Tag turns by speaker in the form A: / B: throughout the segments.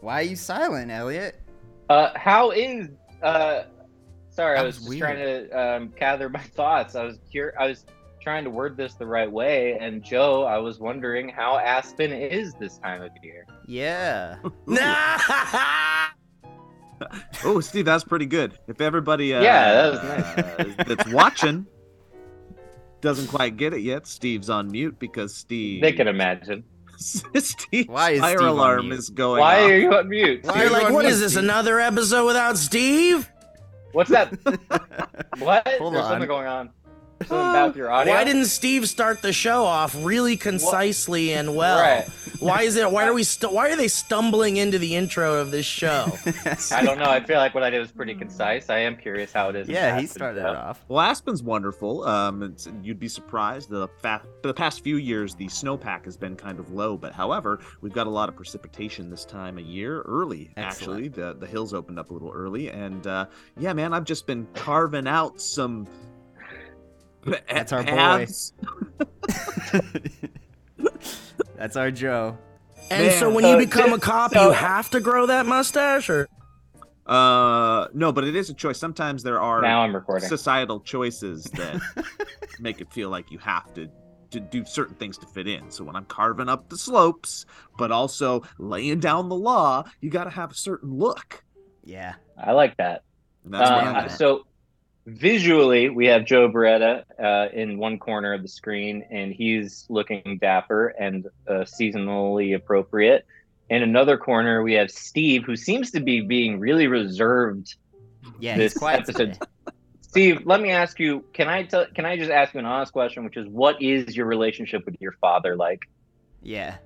A: Why are you silent, Elliot?
B: Uh, how is uh? Sorry,
A: That
B: I was,
A: was
B: just
A: weird.
B: trying to um, gather my thoughts. I was cur- I was trying to word this the right way, and Joe, I was wondering how Aspen is this time of year.
A: Yeah.
C: Oh, Steve, that's pretty good. If everybody, uh,
B: Yeah, that was
C: uh, that's watching doesn't quite get it yet, Steve's on mute because Steve.
B: They can imagine.
C: Steve's
A: Why is
C: fire
A: Steve on
C: alarm
A: mute?
C: is going
B: Why
C: off.
B: are you on mute?
A: Why
D: You're
A: are you
D: like,
A: on
D: what
A: mute,
D: is this?
A: Steve?"
D: Another episode without Steve?
B: What's that? What?
A: Hold
B: There's
A: on. Uh,
B: something going on. Something about your audio.
D: Why didn't Steve start the show off really concisely and well?
B: Right.
D: Why is it? Why are we? St- why are they stumbling into the intro of this show?
B: I don't know. I feel like what I did was pretty concise. I am curious how it is. in
A: yeah, he
B: Aspen,
A: started
B: though.
A: that off.
C: Well, Aspen's wonderful. Um, it's, you'd be surprised. The, fa- the past few years, the snowpack has been kind of low, but however, we've got a lot of precipitation this time of year, early
A: Excellent.
C: actually. The the hills opened up a little early, and uh, yeah, man, I've just been carving out some.
A: That's our boy.
C: paths.
A: That's our Joe.
D: And so
C: Man.
D: when you
B: So
D: become a
B: this-
D: cop,
B: so-
D: you have to grow that mustache, or
C: Uh, no, but it is a choice. Sometimes there are
B: Now I'm recording.
C: societal choices that make it feel like you have to to do certain things to fit in. So when I'm carving up the slopes, but also laying down the law, you got to have a certain look.
A: Yeah.
B: I like that.
C: And that's where
B: Um,
C: I'm
D: Uh,
A: wild.
C: at.
B: so visually, we have Joe Beretta uh, in one corner of the screen, and he's looking dapper and uh, seasonally appropriate. In another corner, we have Steve, who seems to be being really reserved
A: Yeah,
B: this
A: he's quiet
B: episode.
A: today.
B: Steve, let me ask you. Can I tell? Can I just ask you an honest question, which is, what is your relationship with your father like?
A: Yeah.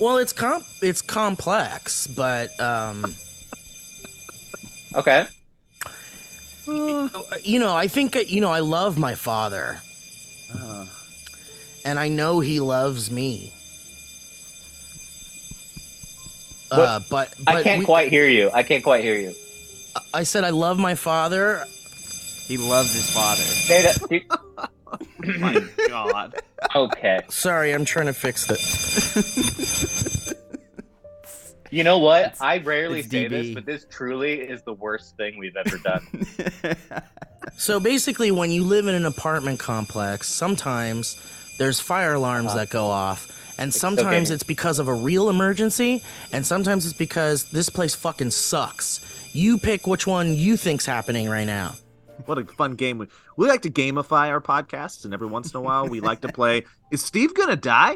D: well, it's comp, it's complex, but um,
B: Okay,
D: you know, I think uh, you know, I love my father,
C: Uh,
D: and I know he loves me. Uh, but, but
B: I can't
D: we-
B: quite hear you. I can't quite hear you.
D: I said I love my father.
A: He loves his father.
B: Say that-
C: Oh my God.
B: okay.
D: Sorry, I'm trying to fix this.
B: You know what?
A: It's-
B: I rarely
A: it's
B: say
A: DB.
B: this, but this truly is the worst thing we've ever done.
D: So basically, when you live in an apartment complex, sometimes there's fire alarms that go off, and sometimes
B: gaming.
D: it's because of a real emergency, and sometimes it's because this place fucking sucks. You pick which one you think's happening right now.
C: What a fun game. We, we like to gamify our podcasts, and every once in a while, we like to play Is Steve Gonna Die?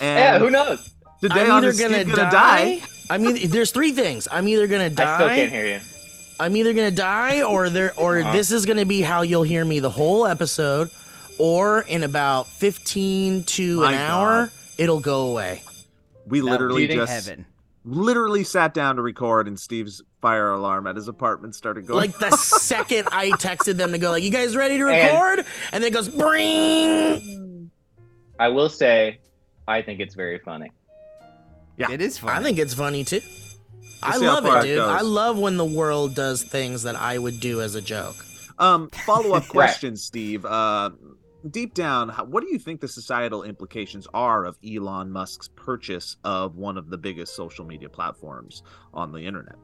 C: And
B: yeah, who knows?
C: today
D: I'm
C: on
D: either
C: Is Steve
D: gonna,
C: Gonna
D: die. I mean, there's three things. I'm either gonna
B: I still
D: die.
B: can't hear you.
D: I'm either gonna die, or there, or
B: Uh-huh.
D: this is gonna be how you'll hear me the whole episode, or in about 15 to
C: My
D: an
C: God.
D: hour, it'll go away.
C: We
A: That
C: literally
A: would be
C: just
A: heaven.
C: literally sat down to record, and Steve's fire alarm at his apartment started going.
D: Like the second I texted them to go, like, you guys ready
B: And-
D: to record? And, then it goes, bring.
B: I will say, I think it's very funny.
C: Yeah.
A: It is fun.
D: I think it's funny too. I
C: see how
D: love
C: far
D: it,
C: it
D: dude.
C: goes.
D: I love when the world does things that I would do as a joke.
C: Um, follow up question, Steve. Uh, deep down, how, what do you think the societal implications are of Elon Musk's purchase of one of the biggest social media platforms on the internet?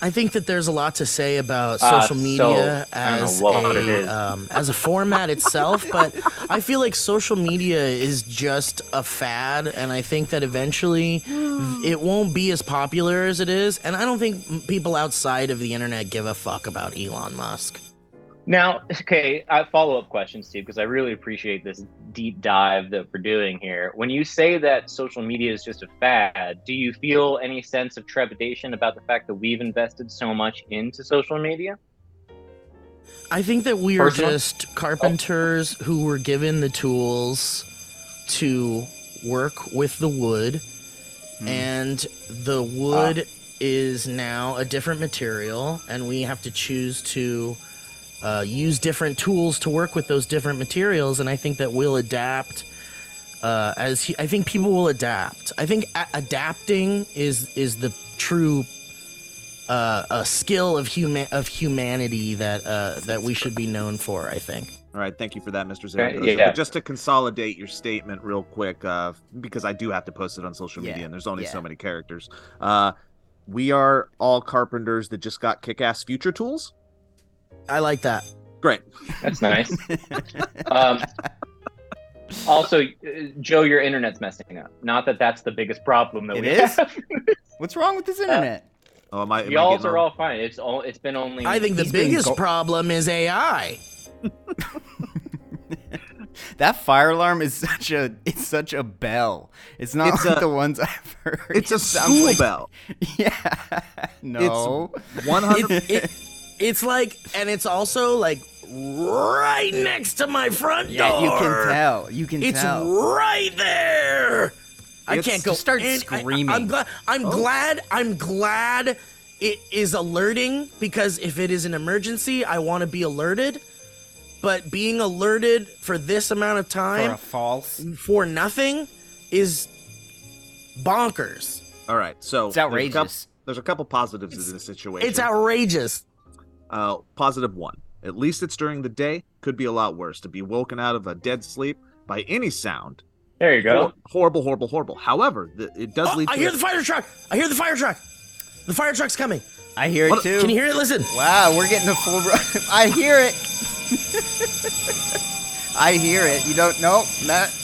D: I think that there's a lot to say about
B: Uh,
D: social media
B: so, I don't
D: as
B: know what it
D: a
B: is.
D: um, as a format itself, but I feel like social media is just a fad, and I think that eventually it won't be as popular as it is. And I don't think m- people outside of the internet give a fuck about Elon Musk.
B: Now, okay, I follow up question, Steve, because I really appreciate this deep dive that we're doing here. When you say that social media is just a fad, do you feel any sense of trepidation about the fact that we've invested so much into social media?
D: I think that we are
B: Personal?
D: just carpenters who were given the tools to work with the wood,
A: Hmm.
D: and the wood is now a different material, and we have to choose to uh, use different tools to work with those different materials. And I think that we'll adapt. Uh, as he, I think people will adapt. I think a- adapting is is the true uh, a skill of human of humanity that uh, that we should be known for. I think.
C: All right, thank you for that, Mr.
B: Okay,
C: Zaragoza.
B: Uh, yeah.
C: But just to consolidate your statement real quick, uh, because I do have to post it on social
A: Yeah,
C: media, and there's only
A: yeah.
C: so many characters. Uh, we are all carpenters that just got kick-ass future tools.
D: I like that.
C: Great.
B: That's nice. um, also, uh, Joe, your internet's messing up. Not that that's the biggest problem that
A: It
B: we
A: is?
B: have.
A: What's wrong with this internet?
C: Oh, am I? am I
B: Y'all's
C: getting
B: are
C: on-
B: all fine. It's all. It's been only.
D: I think the
A: He's been
D: biggest
A: go-
D: problem is AI.
A: that fire alarm is such a it's such a bell. It's not
C: It's
A: like
C: a-
A: the ones I've heard.
C: It's a
A: It sounds
C: school
A: like-
C: bell.
A: Yeah. No.
C: One
A: Uh-huh.
C: hundred.
D: It, it, it's like, and it's also like right next to my front
A: Yeah,
D: door.
A: you can tell. You can
D: It's
A: tell.
D: right there. I
C: It's-
D: can't go.
A: Just start
D: any- I- I-
A: screaming.
D: I'm glad. I'm
C: Oh.
D: glad. I'm glad it is alerting because if it is an emergency, I want to be alerted. But being alerted for this amount of
A: for
D: time
A: a false.
D: for, nothing is bonkers.
C: All right. So
A: It's
C: there's a coup-
A: outrageous.
C: There's a couple positives
D: It's-
C: in this situation.
D: It's outrageous.
C: Uh, positive one. At least it's during the day. Could be a lot worse to be woken out of a dead sleep by any sound.
B: There you go.
C: Hor- horrible, horrible, horrible. However, th- it does
D: Oh,
C: lead.
D: I
C: to
D: hear
C: a-
D: the fire truck. I hear the fire truck. The fire truck's coming.
A: I hear it
C: What-
A: too.
D: Can you hear it? Listen.
A: Wow, we're getting a full. Ro- I hear it. I hear it. You don't know? Not-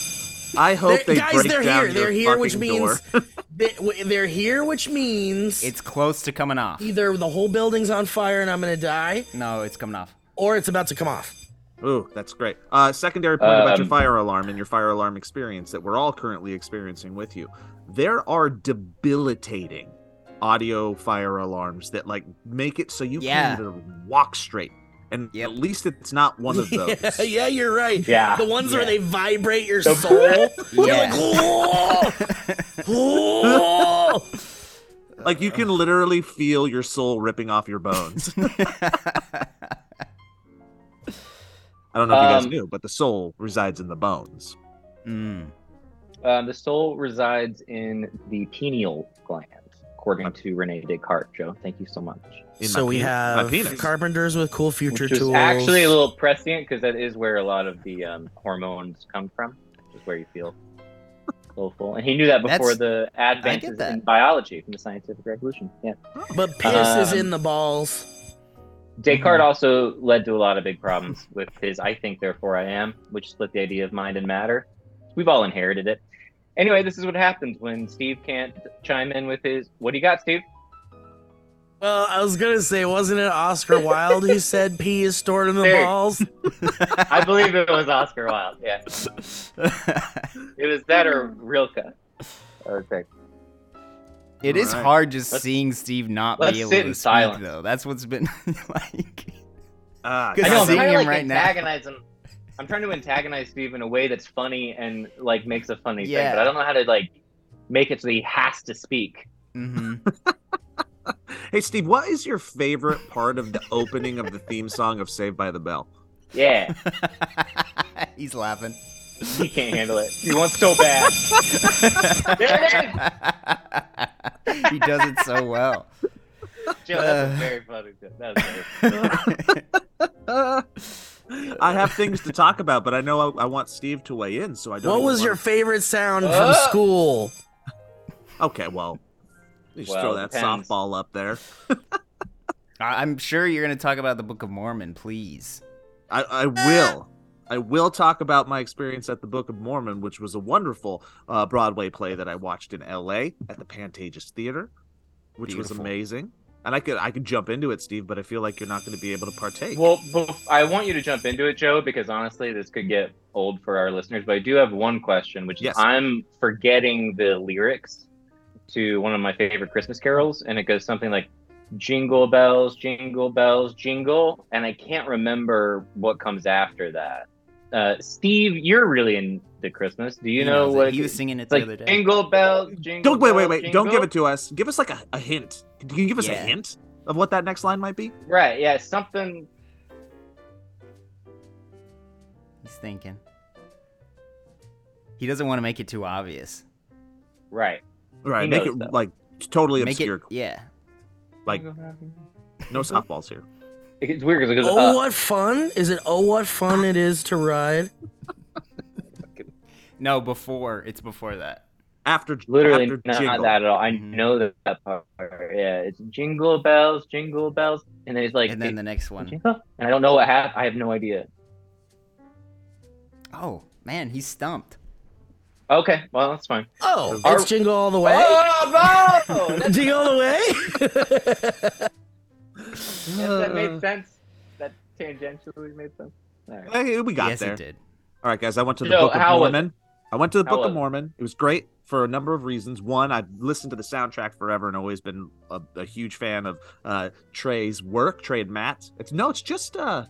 C: I hope they
D: They're- guys,
C: break
D: they're
C: down
D: here.
C: your
D: They're here, which
C: fucking
D: means
C: door.
D: they, w- they're here, which means
A: It's close to coming off.
D: either the whole building's on fire and I'm gonna die,
A: No, it's coming off.
D: or it's about to come off.
C: Ooh, that's great. Uh, secondary point about your
B: Um,
C: fire alarm and your fire alarm experience that we're all currently experiencing with you. There are debilitating audio fire alarms that like make it so you
A: Yeah.
C: can't even walk straight. And
A: Yep.
C: at least it's not one of those.
D: yeah, yeah, you're right.
B: Yeah.
D: The ones where
A: Yeah.
D: they vibrate your
B: The-
D: soul. You're like,
A: Yeah.
D: "Oh, oh."
C: Like you can literally feel your soul ripping off your bones. I don't know if you guys
B: Um,
C: knew, but the soul resides in the bones.
A: mm.
B: Uh, the soul resides in the pineal gland, according to Rene Descartes. Joe, thank you so much.
C: In
D: so
C: my
D: we
C: penis- my
D: have
C: penis.
D: carpenters with cool future
B: Which is
D: tools.
B: actually a little prescient because that is where a lot of the um, hormones come from, which is where you feel soulful. And he knew that before
A: That's-
B: the advances
A: that.
B: in biology from the scientific revolution. Yeah.
D: but piss is
B: Um,
D: in the balls.
B: Descartes also led to a lot of big problems with his I think, therefore I am, which split the idea of mind and matter. We've all inherited it. Anyway, this is what happens when Steve can't chime in with his. What do you got, Steve?
D: Well, I was gonna say, wasn't it Oscar Wilde who said pee is stored in the
B: There.
D: balls?
B: I believe it was Oscar Wilde. Yeah. It was that or Rilke. Okay.
A: it is
C: Alright.
A: hard just
B: Let's-
A: seeing Steve not
B: let's
A: be able
B: sit
A: to
B: in
A: speak,
B: silence.
A: though. That's what's been like.
C: Ah,
A: I
B: I
A: know,
B: know.
A: I'm
B: I'm
A: seeing
B: trying to
A: him
B: like
A: right now.
B: antagonize him. I'm trying to antagonize Steve in a way that's funny and like makes a funny
A: Yeah.
B: thing, but I don't know how to like make it so he has to speak.
A: hmm
C: Hey Steve, what is your favorite part of the opening of the theme song of Saved by the Bell?
B: Yeah,
A: He's laughing.
B: he can't handle it. He wants so bad.
A: he does it so well.
B: Joe,
A: Uh.
B: that's a very funny. joke. That was very
C: Uh, I have things to talk about, but I know I, I want Steve to weigh in, so I don't.
D: What
C: even
D: was
C: wanna-
D: your favorite sound from
B: Uh.
D: school?
C: Okay, well, you just
B: Well,
C: throw
B: it
C: that
B: depends.
C: softball up there.
A: I- I'm sure you're going to talk about the Book of Mormon, please.
C: I, I will. I will talk about my experience at the Book of Mormon, which was a wonderful uh, Broadway play that I watched in L.A. at the Pantages Theater, which was
A: Beautiful.
C: amazing. And I could I could jump into it, Steve, but I feel like you're not going to be able to partake.
B: Well, bef- I want you to jump into it, Joe, because honestly, this could get old for our listeners. But I do have one question, which is
C: Yes.
B: I'm forgetting the lyrics to one of my favorite Christmas carols, and it goes something like "Jingle bells, jingle bells, jingle," and I can't remember what comes after that. Uh, Steve, you're really into Christmas. Do you
A: He
B: know
A: knows it.
B: what
A: he was singing it
B: It's
A: the
B: like
A: other day.
B: jingle bells, jingle.
C: don't wait, wait,
B: bells,
C: wait! Don't give
B: jingle."
C: it to us. Give us like a, a hint. Can you give us a
A: Yeah.
C: hint of what that next line might be?
B: Right? Yeah, something.
A: He's thinking. He doesn't want to make it too obvious.
B: Right.
C: Right,
B: He
C: make
B: knows,
C: it
B: though.
C: like totally
A: Make
C: obscure.
A: it, yeah.
C: Like no softballs here.
B: It's weird because it goes.
D: Oh,
B: uh,
D: what fun! Is it oh, what fun it is to ride?
A: No, before it's before that.
C: After
B: literally
C: after
B: not
C: jingle. Mm-hmm.
B: that at all. I
A: Mhm.
B: know that, that part. Yeah, it's jingle bells, jingle bells, and then it's like,
A: and then the next one.
B: jingle, and I don't know what happened. I have no idea.
A: Oh man, he's stumped.
B: Okay, well that's fine.
D: Oh,
B: Are-
D: it's jingle all the way.
B: Oh no! That,
D: jingle all the way.
B: that made sense. That tangentially made sense. All right.
C: Hey, we got
A: yes,
C: there.
A: he did.
C: All right, guys. I went to the
B: So,
C: Book of
B: how was it?
C: Mormon. I went to the
B: How
C: Book
B: was
C: of
B: it?
C: Mormon. It was great for a number of reasons. One, I've listened to the soundtrack forever and always been a, a huge fan of uh, Trey's work, Trey and Matt. It's no, it's just uh,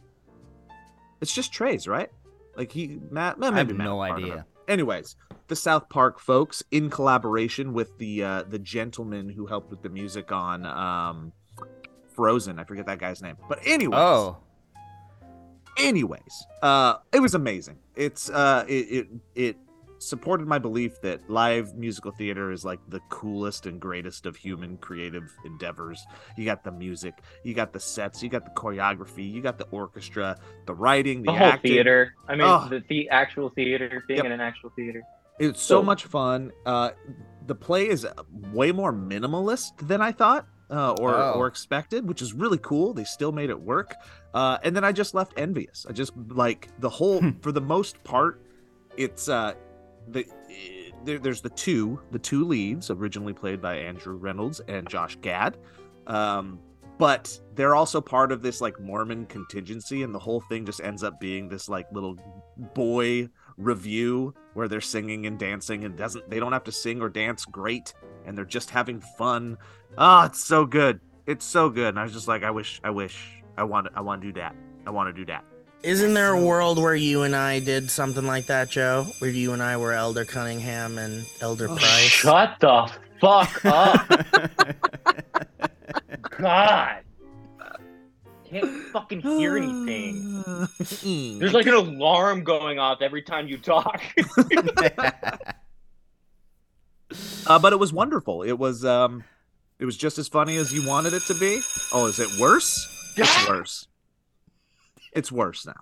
C: it's just Trey's, right? Like he, Matt. Maybe
A: I have
C: Matt
A: no
C: was part of it.
A: idea.
C: Anyways, the South Park folks, in collaboration with the uh, the gentleman who helped with the music on um, Frozen, I forget that guy's name, but anyways,
A: Oh,
C: anyways uh it was amazing it's uh it, it it supported my belief that live musical theater is like the coolest and greatest of human creative endeavors you got the music you got the sets you got the choreography you got the orchestra the writing the,
B: The whole
C: acting.
B: theater. I mean,
C: Oh.
B: the, the actual theater, being
C: Yep.
B: in an actual theater.
C: It's so
B: So-
C: much fun. Uh, the play is way more minimalist than I thought uh, or
A: Oh.
C: or expected, which is really cool. They still made it work. Uh, and then I just left envious. I just like the whole
A: Hmm.
C: for the most part, it's uh, the eh, there, there's the two the two leads originally played by Andrew Reynolds and Josh Gad. Um, but they're also part of this like Mormon contingency, and the whole thing just ends up being this like little boy review where they're singing and dancing and doesn't they don't have to sing or dance great and they're just having fun. Ah, it's so good. It's so good. And I was just like, I wish, I wish, I want, I want to do that. I want to do that.
D: Isn't there a world where you and I did something like that, Joe? Where you and I were Elder Cunningham and Elder
C: Oh,
D: Price?
B: Shut the fuck up! God, can't fucking hear anything. There's like an alarm going off every time you talk.
A: Oh.
C: Uh, but it was wonderful. It was, um, it was just as funny as you wanted it to be. Oh, is it worse? It's worse. It's worse now.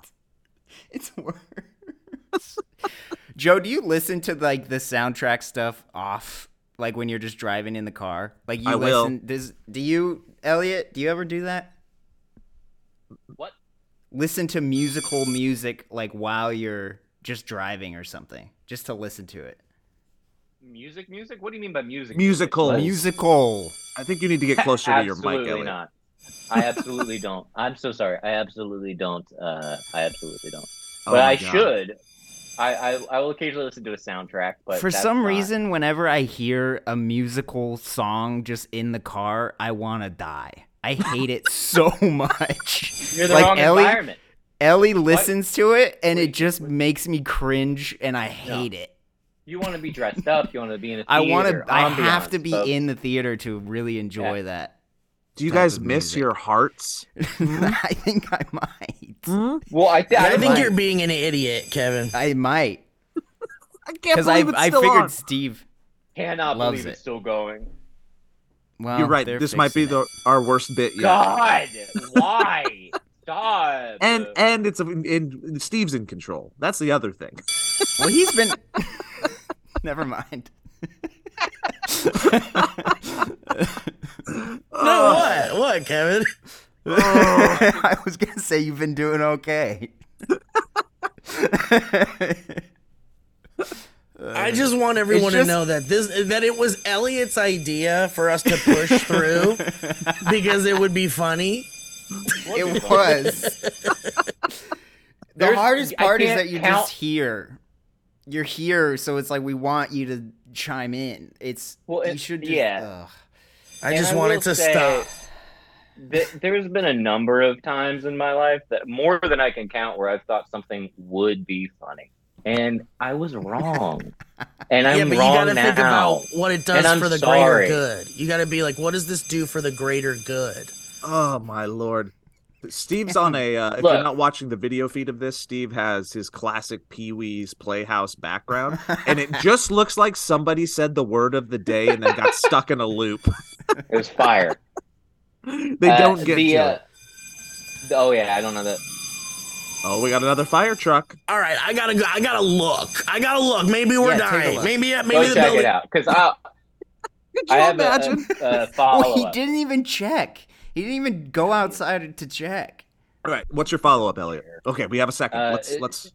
A: it's worse. Joe, do you listen to like the soundtrack stuff off, like when you're just driving in the car? Like you
C: I will.
A: listen. Does do you, Elliot? Do you ever do that?
B: what?
A: Listen to musical music like while you're just driving or something, just to listen to it.
B: Music, music? What do you mean by music?
C: Musical.
B: What?
A: Musical.
C: I think you need to get closer to your mic,
B: Absolutely
C: Elliot.
B: not. I absolutely don't. I'm so sorry. I absolutely don't. Uh, I absolutely don't.
C: Oh
B: but
C: my
B: I
C: God.
B: should. I, I I will occasionally listen to a soundtrack, but
A: For
B: that's
A: some
B: not-
A: reason, whenever I hear a musical song just in the car, I want to die. I hate it so much.
B: you're the
A: like
B: wrong
A: Ellie-
B: environment.
A: Ellie listens to it, and it
B: Wait,
A: just makes me cringe, and I hate it.
B: You want to be dressed up. You want to be in a theater.
A: I want to. I have
B: ambiance,
A: to be
B: folks.
A: in the theater to really enjoy that.
C: Do you
A: type
C: guys
A: of
C: miss
A: music.
C: your hearts? Mm-hmm.
A: I think I might.
C: Hmm?
B: Well, I, th-
D: I think
A: Mine.
D: you're being an idiot, Kevin.
A: I might
C: I can't
A: because
C: believe
A: I
C: it's
A: I
C: still
A: figured
C: on.
A: Steve.
B: cannot
A: Loves
B: believe
A: it.
B: it's still going.
A: Well,
C: You're right.
A: they're
C: This might be
A: fixing
C: the
A: it.
C: our worst bit yet.
B: God, why? Stop.
C: And and it's a, and Steve's in control. That's the other thing.
A: Well, he's been. Never mind.
B: Oh.
D: No, what? What, Kevin?
C: Oh,
A: I was gonna say you've been doing okay.
B: Uh,
D: I just want everyone
A: just-
D: to know that this that it was Elliot's idea for us to push through because it would be funny.
A: it was. the
B: There's-
A: hardest
B: I
A: part is
B: can't
A: that you're
B: count-
A: just here. You're here, so it's like we want you to chime in. It's
B: Well,
A: you
B: it-
A: should just,
B: yeah.
A: ugh.
D: I
B: And
D: just
B: I
D: wanted
B: will
D: to
B: say-
D: stop.
B: Th- there's been a number of times in my life that more than I can count where I've thought something would be funny, and I was wrong, and I'm
D: yeah, but
B: wrong
D: you gotta
B: now.
D: think about what it
B: And
D: does
B: I'm
D: for the
B: sorry.
D: greater good. You gotta be like, what does this do for the greater good?
C: Oh my lord. Steve's on a. Uh, if you're
B: Look.
C: not watching the video feed of this, Steve has his classic Pee Wee's Playhouse background, and it just looks like somebody said the word of the day and then got stuck in a loop.
B: It was fire.
C: They don't
B: Uh,
C: get
B: the,
C: to
B: uh,
C: it.
B: Oh yeah, I don't know that.
C: Oh, we got another fire truck.
D: All right, I gotta go. I gotta look. I gotta look. Maybe we're
A: Yeah, take a
D: dying.
A: look.
D: Maybe maybe
B: Go
D: the
B: check
D: building.
B: it out because I
C: Could you
B: I have
C: imagine?
B: a, a,
A: Well,
B: a
A: he
B: follow up.
A: didn't even check. He didn't even go outside to check.
C: All right, what's your follow up, Elliot? Okay, we have a second.
B: Uh,
C: let's
B: it-
C: let's.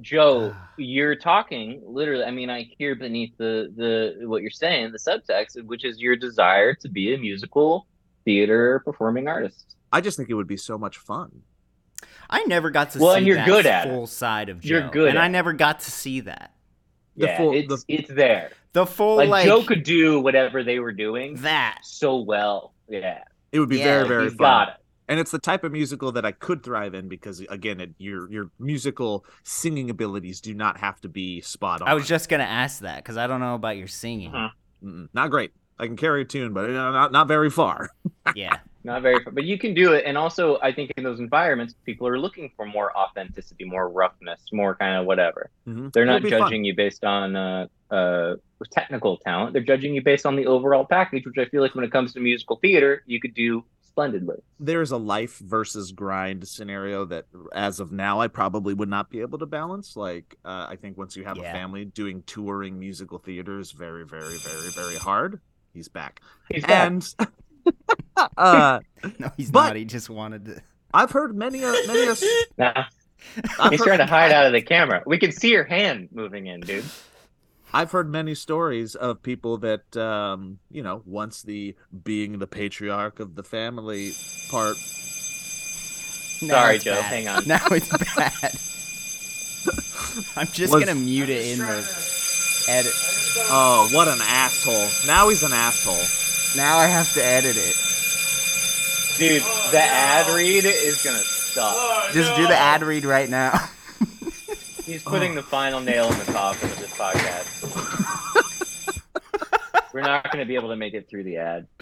B: Joe, you're talking literally. I mean, I hear beneath the the what you're saying, the subtext, which is your desire to be a musical theater performing artist.
C: I just think it would be so much fun.
A: I never got to
B: Well,
A: see
B: and you're
A: that
B: good at it.
A: full side of Joe.
B: You're good
A: and
B: at
A: I
B: it.
A: never got to see that.
C: The
B: yeah,
C: full-
B: it's
C: the-
B: it's there.
A: The full
B: like,
A: like,
B: Joe could do whatever they were doing
A: that.
B: so well. Yeah,
C: It would be
A: Yeah,
C: very very
B: he's
C: fun.
B: got it.
C: and it's the type of musical that I could thrive in because again, it, your your musical singing abilities do not have to be spot on.
A: I was just gonna ask that because I don't know about your singing.
B: Mhm.
C: Mm-mm, not great. I can carry a tune, but uh, not not very far.
A: Yeah,
B: Not very, but you can do it. And also, I think in those environments, people are looking for more authenticity, more roughness, more kind of whatever.
C: Mhm.
B: They're
C: It'll
B: not
C: be fun.
B: judging you based on uh, uh, technical talent. They're judging you based on the overall package, which I feel like when it comes to musical theater, you could do splendidly.
C: There is a life versus grind scenario that, as of now, I probably would not be able to balance. Like, uh, I think once you have
A: Yeah.
C: a family, doing touring musical theater is very, very, very, very hard. He's back,
B: He's back.
C: and uh,
A: no, he's
C: But-
A: not. He just wanted to.
C: I've heard many, a, many. A,
B: Nah,
C: I've
B: he's
C: heard-
B: trying to hide out of the camera. We can see your hand moving in, dude.
C: I've heard many stories of people that, um, you know, once the being the patriarch of the family part,
A: Now
B: Sorry,
A: it's
B: Joe.
A: bad.
B: Hang on.
A: Now it's bad. I'm just
C: Was-
A: gonna mute it in the edit.
C: oh, what an asshole. Now he's an asshole.
A: Now I have to edit it.
B: Dude, the ad read is gonna suck.
A: Just do the ad read right now.
B: He's putting the final nail in the coffin of this podcast. We're not gonna be able to make it through the ad.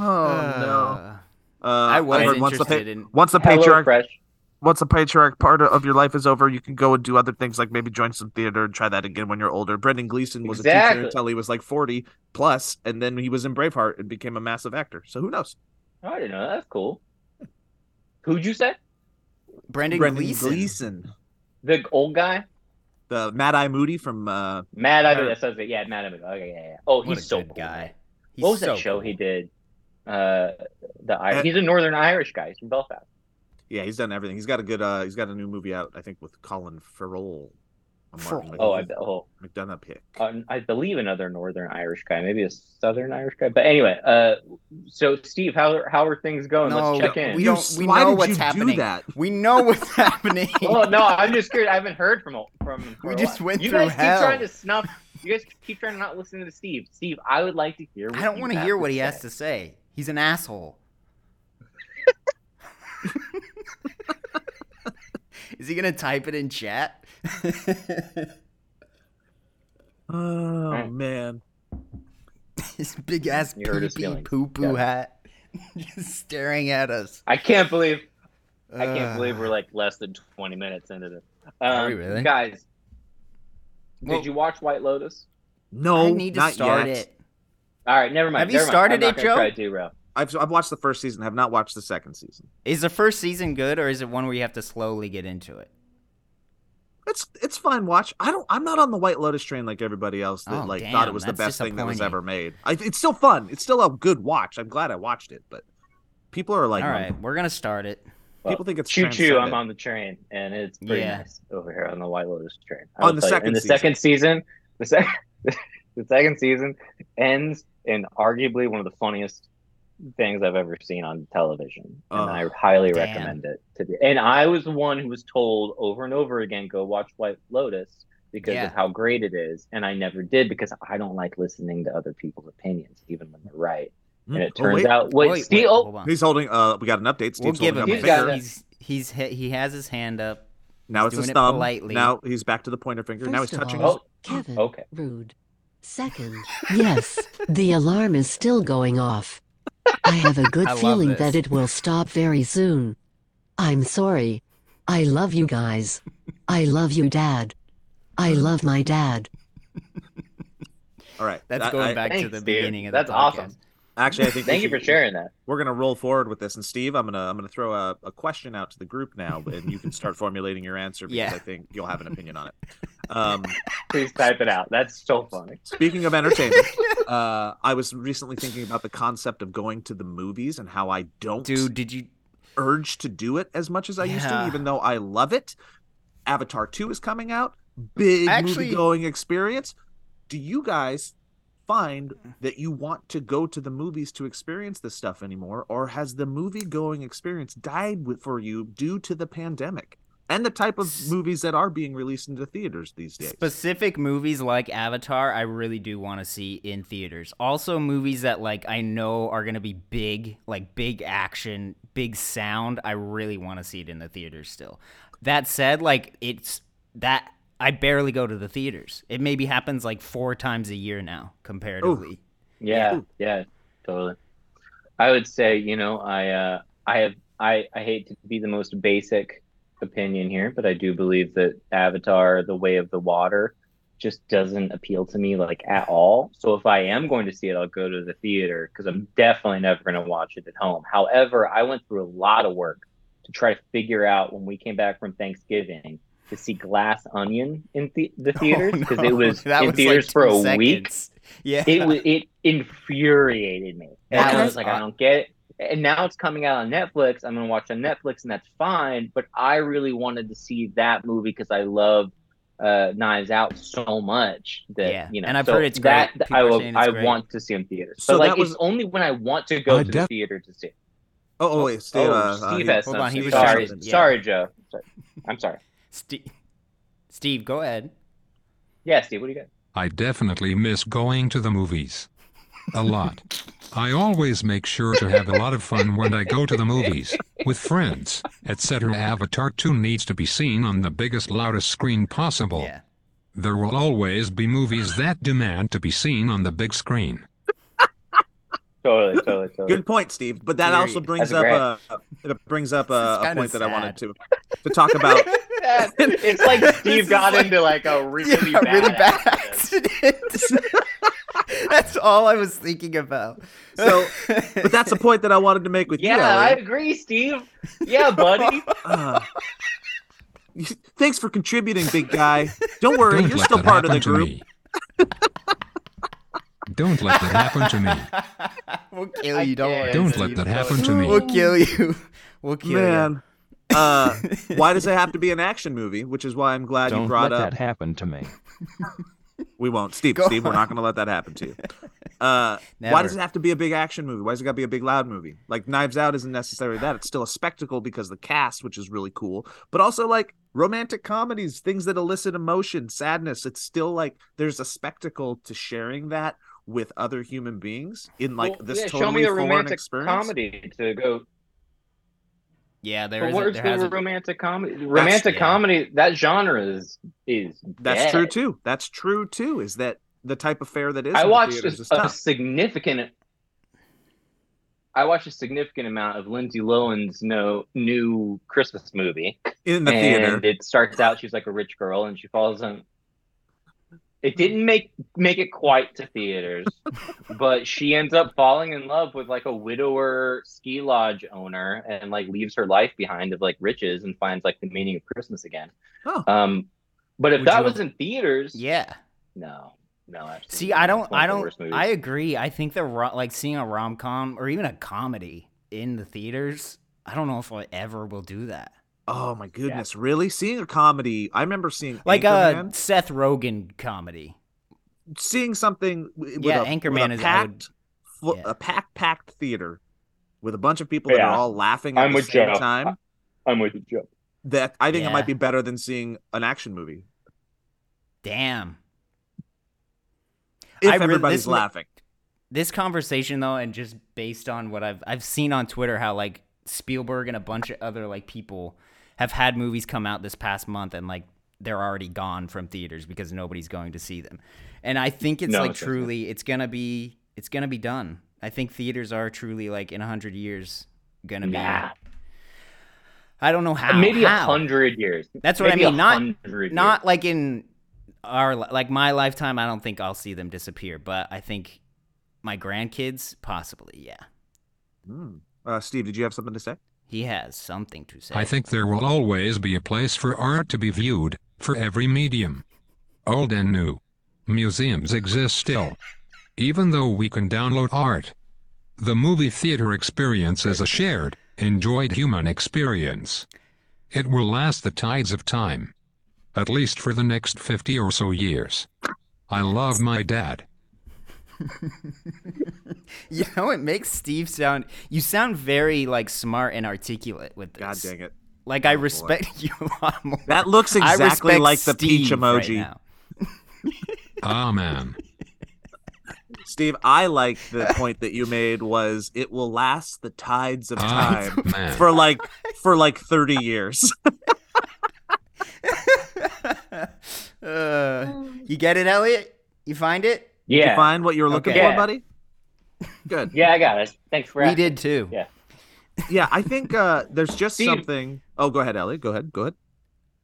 C: Oh, no.
A: Uh,
C: Uh,
A: I was
C: I've heard once the,
A: interested
C: pa-
A: in.
C: once the
B: Hello,
C: patriarch
B: Fresh.
C: once the patriarch part of your life is over, you can go and do other things like maybe join some theater and try that again when you're older. Brendan Gleeson was a
B: Exactly.
C: teacher until he was like 40 plus, and then he was in Braveheart and became a massive actor. So who knows?
B: Oh, I didn't know. that. That's cool. Who'd you say?
A: Brendan,
C: Brendan
A: Gleeson.
C: Gleeson,
B: The old guy?
C: the Mad Eye Moody from uh,
B: Matt Ivy.
C: Or-
B: That sounds like, yeah, Matt Ivy. Okay, yeah, yeah. Oh,
A: What
B: he's
A: a
B: so
A: good
B: cool.
A: guy. He's
B: what was
A: so
B: that show he
A: cool.
B: did? Uh, the
C: Uh,
B: Ir- he's a Northern Irish guy. He's from Belfast.
C: Yeah, he's done everything. He's got a good. uh He's got a new movie out, I think, with Colin Farrell. A Martin
A: Farrell.
B: Oh, I
C: Mc-
B: oh,
C: McDonough pick.
B: uh, I believe another Northern Irish guy, maybe a Southern Irish guy. But anyway, uh, so Steve, how are, how are things going?
A: No,
B: Let's check in.
A: we
C: You
A: don't-
C: s-
A: we
C: why
A: know
C: did
A: what's
C: you do
A: happening.
C: that?
A: We know what's happening.
B: Oh no, I'm just curious. I haven't heard from from. him for
A: We
B: a
A: just
B: while.
A: went
B: You
A: through
B: guys
A: hell.
B: keep trying to snuff. You guys keep trying to not listen to Steve. Steve, I would like to hear. What
A: I don't want
B: want
A: to hear what he has to say. He's an asshole. Is he gonna type it in chat?
C: Oh
B: Right.
C: man,
A: His big ass
B: You hurt his
A: pee
B: feelings.
A: poo poo
B: Yeah.
A: hat, just staring at us.
B: I can't believe I can't
A: Ugh.
B: believe we're like less than 20 minutes into this.
A: Are we
B: Um,
A: really?
B: Guys,
A: Well,
B: did you watch White Lotus?
C: no,
A: I need to
C: not
A: start
C: yet.
A: it.
B: All right, never mind.
A: Have you
B: never mind.
A: started
B: I'm not
A: it,
B: gonna
A: Joe?
B: Try to derail.
C: I've I've watched the first season. Have not watched the second season.
A: Is the first season good, or is it one where you have to slowly get into it?
C: It's it's fine. Watch. I don't. I'm not on the White Lotus train like everybody else that
A: Oh,
C: like thought
A: damn,
C: it was the
A: that's
C: best thing that was
A: disappointing.
C: ever made. I, it's still fun. It's still a good watch. I'm glad I watched it, but people are like,
A: All right, we're gonna start it.
C: people think it's
B: Choo choo, I'm
C: transcendent.
B: on the train, and it's pretty
A: Yeah.
B: nice over here on the White Lotus train. I
C: On
B: will
C: the
B: tell you,
C: second
B: in the
C: season.
B: second season, the second the second season ends in arguably one of the funniest things I've ever seen on television, and
C: Oh,
B: I highly
A: damn.
B: recommend it. To be. And I was the one who was told over and over again, go watch White Lotus because
A: Yeah.
B: of how great it is, and I never did because I don't like listening to other people's opinions, even when they're right. And it
C: Oh,
B: turns
C: wait.
B: out, wait,
A: Wait,
B: Steve,
A: wait,
B: oh,
A: hold on.
C: He's holding. Uh, we got an update. Steve's
A: we'll give
C: holding
A: him
B: He's
C: up
A: this.
C: a
B: got
C: finger.
B: it.
A: He's he's he he has his hand up.
C: Now
A: He's
C: it's his
A: doing it
C: thumb.
A: politely.
C: Now he's back to the pointer finger. now he's
E: First of
C: touching
E: all-
C: his.
B: oh,
E: Kevin.
B: okay.
E: Rude. Second, yes, the alarm is still going off. I have a good
A: I love
E: feeling
A: this.
E: that it will stop very soon. I'm sorry. I love you guys. I love you, Dad. I love my dad.
C: All right.
A: That's
C: I-
A: going
C: I-
A: back to
B: Thanks,
A: the
B: dude.
A: beginning of the
B: That's
A: podcast.
B: awesome.
C: Actually, I think we
B: Thank you for
C: should-
B: sharing that.
C: We're gonna roll forward with this, and Steve, I'm gonna I'm gonna throw a, a question out to the group now, and you can start formulating your answer because
A: Yeah.
C: I think you'll have an opinion on it. Um,
B: Please type it out. That's so funny.
C: Speaking of entertainment, uh, I was recently thinking about the concept of going to the movies and how I don't
A: Dude, did you?
C: urge to do it as much as I used to,
A: Yeah.
C: even though I love it. Avatar 2 is coming out. Big
A: Actually-
C: movie going experience. Do you guys find that you want to go to the movies to experience this stuff anymore? Or has the movie going experience died with, for you due to the pandemic? And the type of
A: S-
C: movies that are being released into theaters these days.
A: Specific movies like Avatar, I really do want to see in theaters. Also, movies that like I know are gonna be big, like big action, big sound. I really want to see it in the theaters still. That said, like it's that I barely go to the theaters. It maybe happens like four times a year now, comparatively. Hmm.
B: Yeah, yeah, totally. I would say, you know, I uh, I have I, I hate to be the most basic opinion here, but I do believe that Avatar, The Way of the Water, just doesn't appeal to me like at all. So if I am going to see it, I'll go to the theater because I'm definitely never going to watch it at home. However, I went through a lot of work to try to figure out when we came back from Thanksgiving to see Glass Onion in the, the theaters because it
A: Oh, no,
B: was
A: that
B: in
A: was, like,
B: theaters for
A: two
B: a week
A: seconds. Yeah.
B: it was it infuriated me. And
A: That
B: I
A: was
B: was like, I
A: odd.
B: don't get it. And now it's coming out on Netflix. I'm gonna watch on Netflix, and that's fine. But I really wanted to see that movie because I love uh, Knives Out so much that
A: Yeah,
B: you know.
A: and I've
B: so
A: heard it's
B: that
A: great. People
B: I
A: are
B: will,
A: saying it's
B: I
A: great.
B: want to see in theaters.
C: So
B: So but like,
C: that was-
B: it's only when I want to go
F: I
B: to the
F: def-
B: theater to see. It.
C: Oh, oh, wait, Steve.
B: oh,
C: uh, uh,
B: Steve
C: he-
B: has
A: hold on, he
B: something.
A: was
B: sorry,
A: shouting, yeah.
B: sorry, Joe. Sorry. I'm sorry.
A: Steve, Steve, go ahead.
B: Yeah, Steve, what do you got?
F: I definitely miss going to the movies. A lot. I always make sure to have a lot of fun when I go to the movies, with friends, etc. Avatar 2 needs to be seen on the biggest, loudest screen possible.
A: Yeah.
F: There will always be movies that demand to be seen on the big screen.
B: Totally, totally, totally.
C: Good point, Steve. But that
A: Period.
C: also brings
B: That's
C: up a, it brings up
A: This is
C: uh, a, a
A: kinda
C: point that I wanted
A: sad.
C: to to talk about.
B: Oh. Yeah, it's like
A: This
B: Steve
A: is
B: got
A: like-
B: into like a really
A: yeah,
B: bad
A: really bad
B: accident.
A: accident. That's all I was thinking about.
C: So, but that's a point that I wanted to make with
B: Yeah, I
C: you.
B: agree, Steve. Yeah, buddy.
C: I... Uh, thanks for contributing, big guy. Don't worry,
F: Don't
C: you're
F: let
C: still
F: that
C: part of
F: happen
C: the
F: to
C: group.
F: me. Don't let that happen to me.
A: we'll kill
B: I
A: you. Don't
B: can't.
A: worry.
F: Don't
A: Steve.
F: let that happen to me.
A: We'll kill you. We'll kill
C: Man, uh, why does it have to be an action movie? Which is why I'm glad you
G: Don't
C: brought
G: let
C: up.
G: that happen to me.
C: We won't, Steve.
A: Go
C: Steve, we're not going to let that happen to you. Uh, why does
A: Never.
C: it have to be a big action movie? Why does it got to be a big loud movie? Like Knives Out isn't necessarily that. It's still a spectacle because the cast, which is really cool, but also like romantic comedies, things that elicit emotion, sadness. It's still like there's a spectacle to sharing that with other human beings in like
B: Well,
C: this
B: yeah,
C: totally
B: show me a
C: foreign
B: romantic
C: experience.
B: comedy to go.
A: you. Yeah, there
B: But
A: is.
B: where's
A: There has
B: the
A: a,
B: romantic comedy? Romantic
A: yeah.
B: comedy. That genre is is.
C: That's
B: dead.
C: true too. That's true too. Is that the type of fare that is?
B: I
C: in the
B: watched
C: theaters
B: a,
C: is
B: a
C: tough.
B: significant. I watched a significant amount of Lindsay Lohan's no new Christmas movie,
C: in the
B: and
C: theater.
B: it starts out she's like a rich girl, and she falls in. It didn't make make it quite to theaters, but she ends up falling in love with like a widower ski lodge owner, and like leaves her life behind of like riches, and finds like the meaning of Christmas again.
C: Oh.
B: Um, but if
A: Would
B: that
A: you
B: was
A: have-
B: in theaters,
A: yeah.
B: no, no. Absolutely.
A: See, I don't.
B: It's one
A: I
B: of the
A: don't.
B: worst movies.
A: I agree. I think the ro- like seeing a rom com or even a comedy in the theaters. I don't know if I ever will do that.
C: Oh my goodness, really? Seeing a comedy, I remember seeing
A: Like uh,
C: Anchorman,
A: a Seth Rogen comedy.
C: seeing something w- with
A: Yeah,
C: a,
A: Anchorman
C: with a
A: is- I would-
C: packed, fl-
A: yeah.
C: a packed, packed theater with a bunch of people that
B: Yeah.
C: are all laughing at
B: I'm
C: the
B: with
C: same
B: Joe.
C: time.
B: I'm with you, Joe.
C: That I think it
A: Yeah.
C: might be better than seeing an action movie
A: Damn.
C: if
A: I re-
C: everybody's
A: this ma-
C: laughing.
A: this conversation though and just based on what I've I've seen on Twitter how like Spielberg and a bunch of other like people have had movies come out this past month and like they're already gone from theaters because nobody's going to see them. And I think it's
B: No,
A: like
B: it's okay.
A: truly it's going to be it's going to be done. I think theaters are truly like in 100 years going to be
B: Nah.
A: I don't know how.
B: Uh, Maybe a
A: How?
B: hundred years.
A: That's what I
B: Maybe
A: mean, not-
B: 100
A: Not like in our li- like my lifetime I don't think I'll see them disappear, but I think my grandkids, possibly, yeah.
C: Hmm. Uh, Steve, did you have something to say?
A: He has something to say.
F: I think there will always be a place for art to be viewed, for every medium. Old and new. Museums exist still. Even though we can download art. The movie theater experience is a shared, enjoyed human experience. It will last the tides of time. At least for the next 50 or so years. I love my dad.
A: You know, it makes Steve sound. You sound very like smart and articulate with this.
C: God dang it. Oh,
A: Like I respect you a lot more.
C: That looks
A: I
C: exactly
A: respect
C: like the peach
A: Steve right
C: emoji.
A: now.
F: Ah, man.
C: Steve, I like the point that you made was it will last the tides of
F: Ah,
C: time
F: man.
C: for like for like 30 years.
A: uh, you get it, Elliot? You find it?
C: Did you
B: Yeah.
C: find what you were looking
A: Okay.
C: for,
B: Yeah.
C: buddy? Good.
B: Yeah, I got it. Thanks for
A: We
B: asking.
A: did too.
B: Yeah.
C: Yeah, I think uh there's just
B: Steve.
C: something. Oh, go ahead, Elliot. Go ahead. Go ahead.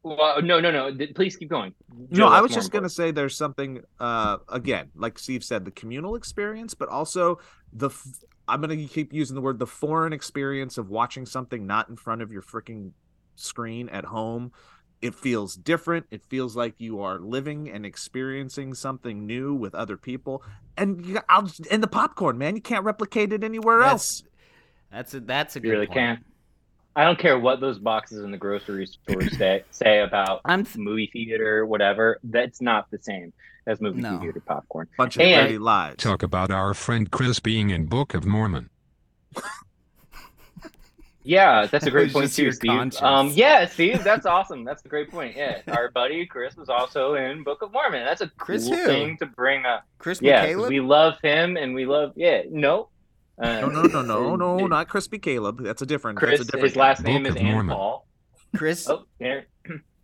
B: Well, no, no, no. Th- Please keep going.
C: no, I was just going to say there's something uh again, like Steve said, the communal experience, but also the f- I'm going to keep using the word the foreign experience of watching something not in front of your freaking screen at home. It feels different. It feels like you are living and experiencing something new with other people. And you, I'll, and the popcorn, man, you can't replicate it anywhere
A: That's-
C: else.
A: That's a that's a good
B: You really
A: point.
B: can't. I don't care what those boxes in the grocery store say, say about
A: I'm th-
B: movie theater, whatever. That's not the same as movie
A: No.
B: theater popcorn.
C: Bunch of
B: And-
C: dirty lies.
F: Talk about our friend Chris being in Book of Mormon.
B: Yeah, that's a
A: It
B: great
A: was
B: point
A: just
B: too,
A: your
B: Steve.
A: conscience.
B: Um, yeah, Steve, that's awesome. That's a great point. Yeah, our buddy Chris was also in Book of Mormon. That's a
A: Chris
B: cool
A: who?
B: thing to bring up.
A: Chris
B: Yeah, 'cause
A: McCaleb?
B: we love him and we love. Yeah, no, uh,
C: No, no, no, no, no,
B: uh,
C: not Crispy Caleb. That's a different.
B: Chris.
C: that's a different
B: his last
F: guy.
B: name
F: Book
B: is
F: of
B: Ann
F: Mormon.
B: Paul.
A: Chris
B: Oh, there.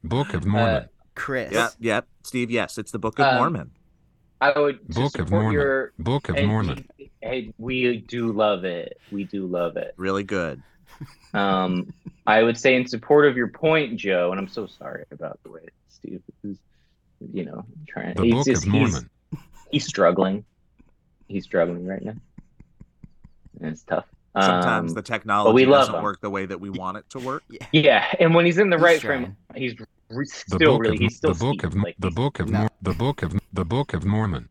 F: Book of Mormon.
A: Chris.
C: Yeah, yeah, Steve. Yes, it's the Book of
B: Um,
C: Mormon.
B: I would to
F: Book of
B: support
F: Mormon.
B: Your,
F: Book of
B: and-
F: Mormon.
B: Hey, we do love it. We do love it.
C: Really good.
B: Um, I would say in support of your point, Joe, and I'm so sorry about the way Steve is, you know, trying.
F: The
B: he's
F: Book
B: just-
F: of Mormon.
B: He's, he's struggling. He's struggling right now. And it's tough. Um,
C: Sometimes the technology
B: love
C: doesn't
B: him.
C: work the way that we want it to work.
B: yeah, and when he's in the
A: He's
B: right
A: trying.
B: frame, he's re-
F: The
B: still
F: Book
B: really
F: of
B: he's still
F: the Book
B: Steve,
F: of
B: like,
F: the Book of
A: No.
F: Mor- the Book of the Book of Mormon.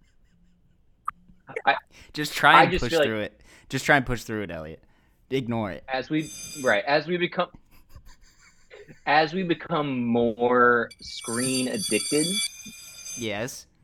A: Just try
B: I
A: and
B: just
A: push
B: feel like-
A: through it. Just try and push through it, Elliot. Ignore it.
B: as we right as we become as we become more screen addicted
A: Yes.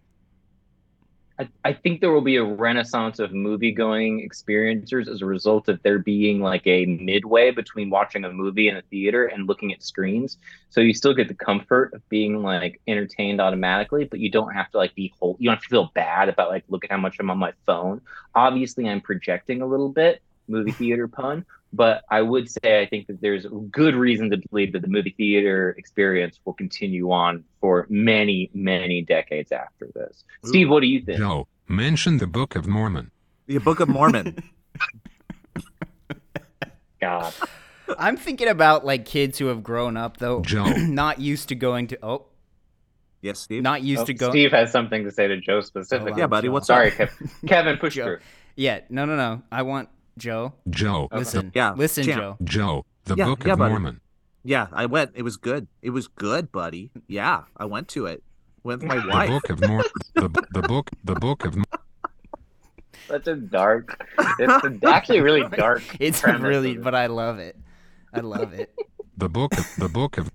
B: I, I think there will be a renaissance of movie going experiencers as a result of there being like a midway between watching a movie in a theater and looking at screens. So you still get the comfort of being like entertained automatically, but you don't have to like be whole. You don't have to feel bad about like, look at how much I'm on my phone. Obviously, I'm projecting a little bit, movie theater pun, but I would say I think that there's good reason to believe that the movie theater experience will continue on for many, many decades after this. Steve, what do you think?
F: Joe, mention the Book of Mormon.
C: The Book of Mormon.
B: God.
A: I'm thinking about like kids who have grown up though,
F: Joe.
A: not used to going to oh,
C: yes, Steve.
A: not used
B: Oh,
A: to going.
B: Steve has something to say to Joe specifically.
A: Hold
C: yeah,
A: on,
C: buddy.
A: Joe.
C: What's
B: Sorry,
C: Up?
B: Kevin. Kevin, push
A: Joe.
B: through.
A: Yeah, no, no, no. I want Joe.
F: Joe,
A: Listen,
C: Yeah,
A: listen,
C: champ.
A: Joe.
F: Joe, the
C: Oh. Yeah,
F: Book
C: yeah,
F: of
C: buddy.
F: Mormon.
C: Yeah, I went. It was good. It was good, buddy. Yeah, I went to it. Went with my
F: The
C: wife.
F: Book of Mormon. The, the book, the book of.
B: That's a dark. It's a, actually really dark.
A: It's
B: premise
A: really,
B: of it.
A: but I love it. I love it.
F: The book of the book of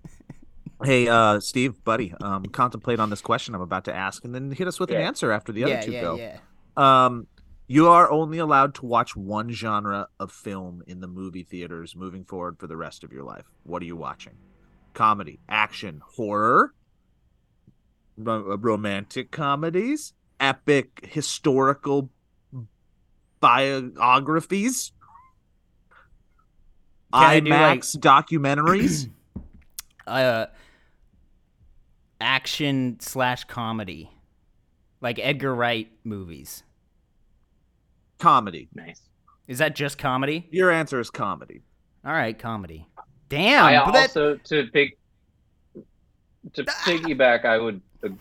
C: Hey, uh, Steve, buddy. Um, contemplate on this question I'm about to ask, and then hit us with an
B: Yeah.
C: answer after the other
A: yeah,
C: two
A: yeah,
C: go.
A: yeah.
C: Um, you are only allowed to watch one genre of film in the movie theaters moving forward for the rest of your life. What are you watching? Comedy, action, horror, ro- romantic comedies, epic historical biographies,
A: Can I do,
C: IMAX documentaries.
A: Uh, action slash comedy, like Edgar Wright movies.
C: comedy.
B: Nice.
A: Is that just comedy?
C: Your answer is comedy.
A: All right, comedy. Damn,
B: I
A: but that- Ah.
B: also to pick to piggyback. I would ag-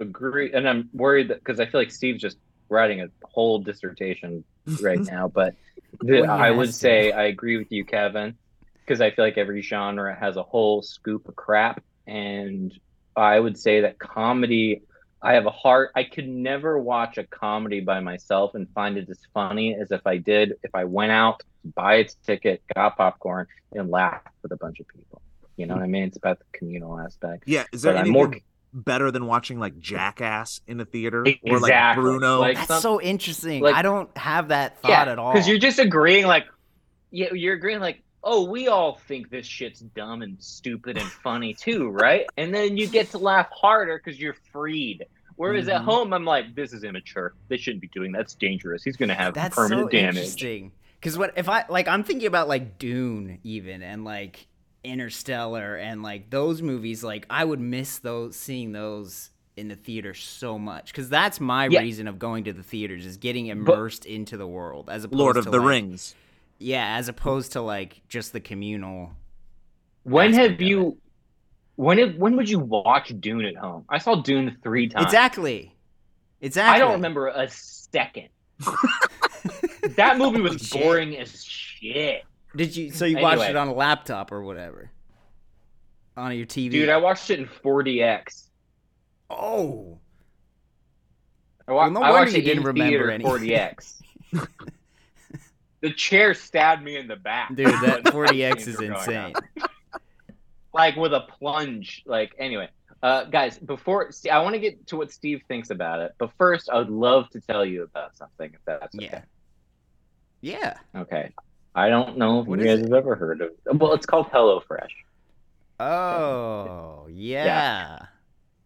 B: agree, and I'm worried that because I feel like Steve's just writing a whole dissertation right now, but
A: Well, you
B: I would
A: asked
B: say I agree with you, Kevin, because I feel like every genre has a whole scoop of crap, and I would say that comedy. I have a heart. I could never watch a comedy by myself and find it as funny as if I did if I went out, buy a ticket, got popcorn, and laughed with a bunch of people. You know what I mean? It's about the communal aspect.
C: Yeah, is there
B: But I'm
C: anything
B: more-
C: better than watching like Jackass in a theater or like
B: Exactly.
C: Bruno?
B: Like-
A: That's
B: some-
A: so interesting.
B: like-
A: I don't have that thought at all.
B: Because you're just agreeing, like, yeah, you're agreeing, like, oh, we all think this shit's dumb and stupid and funny too, right? And then you get to laugh harder because you're freed. Whereas at
A: Mhm.
B: home, I'm like, this is immature. They shouldn't be doing that. That's dangerous. He's gonna have
A: That's so
B: permanent damage.
A: interesting. Because what if I like I'm thinking about like Dune even and like Interstellar and like those movies like I would miss those seeing those in the theater so much because that's my
B: Yeah.
A: reason of going to the theaters is getting immersed into the world as opposed
C: Lord of
A: to,
C: the
A: like-
C: Rings.
A: Yeah, as opposed to like just the communal.
B: When
A: That's
B: have
A: pretty
B: you? When have, when would you watch Dune at home? I saw Dune three times.
A: Exactly. Exactly.
B: I don't remember a second. that movie was
A: Shit.
B: boring as shit.
A: Did you? So you watched
B: Anyway.
A: it on a laptop or whatever, on your TV.
B: Dude, I watched it in 40x.
A: oh,
B: I, wa-
A: Well, no
B: I
A: wonder
B: watched E
A: you
B: it
A: didn't
B: in
A: remember
B: theater
A: anything.
B: 40x. the chair stabbed me in the back,
A: dude, that 40x
B: Things
A: is
B: were going on.
A: insane.
B: Like with a plunge. Like anyway, uh, guys, before see, I want to get to what Steve thinks about it, but first I would love to tell you about something. If that's okay.
A: Yeah. Yeah.
B: Okay. I don't know if
A: What
B: you
A: is
B: guys have ever heard of. Well, it's called HelloFresh.
A: Oh, yeah.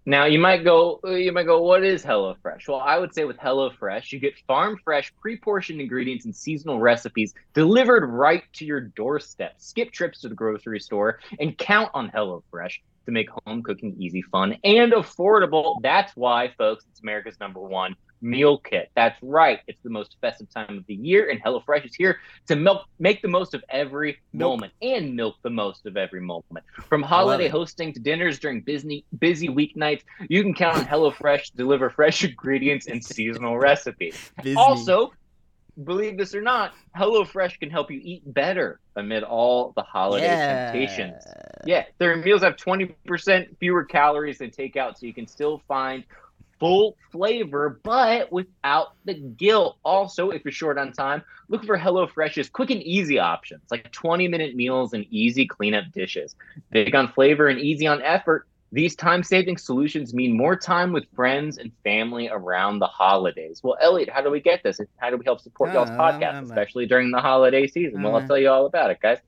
B: Now you might go, you might go, what is HelloFresh? Well, I would say with HelloFresh, you get farm fresh, pre-portioned ingredients and seasonal recipes delivered right to your doorstep. Skip trips to the grocery store and count on HelloFresh to make home cooking easy, fun, and affordable. That's why, folks, it's America's number one meal kit. That's right. It's the most festive time of the year, and HelloFresh is here to milk, make the most of every
A: Milk.
B: moment and milk the most of every moment. From holiday
A: it.
B: hosting to dinners during busy busy weeknights, you can count on HelloFresh to deliver fresh ingredients and seasonal recipes.
A: Disney.
B: Also, believe this or not, HelloFresh can help you eat better amid all the holiday temptations. Yeah, their meals have 20% fewer calories than takeout, so you can still find full flavor, but without the guilt. Also, if you're short on time, look for HelloFresh's quick and easy options, like 20 minute meals and easy cleanup dishes. Big on flavor and easy on effort. These time saving solutions mean more time with friends and family around the holidays. Well, Elliot, how do we get this? And How do we help support y'all's
A: Uh,
B: podcast,
A: um,
B: especially during the holiday season? Well,
A: uh,
B: I'll tell you all about it, guys.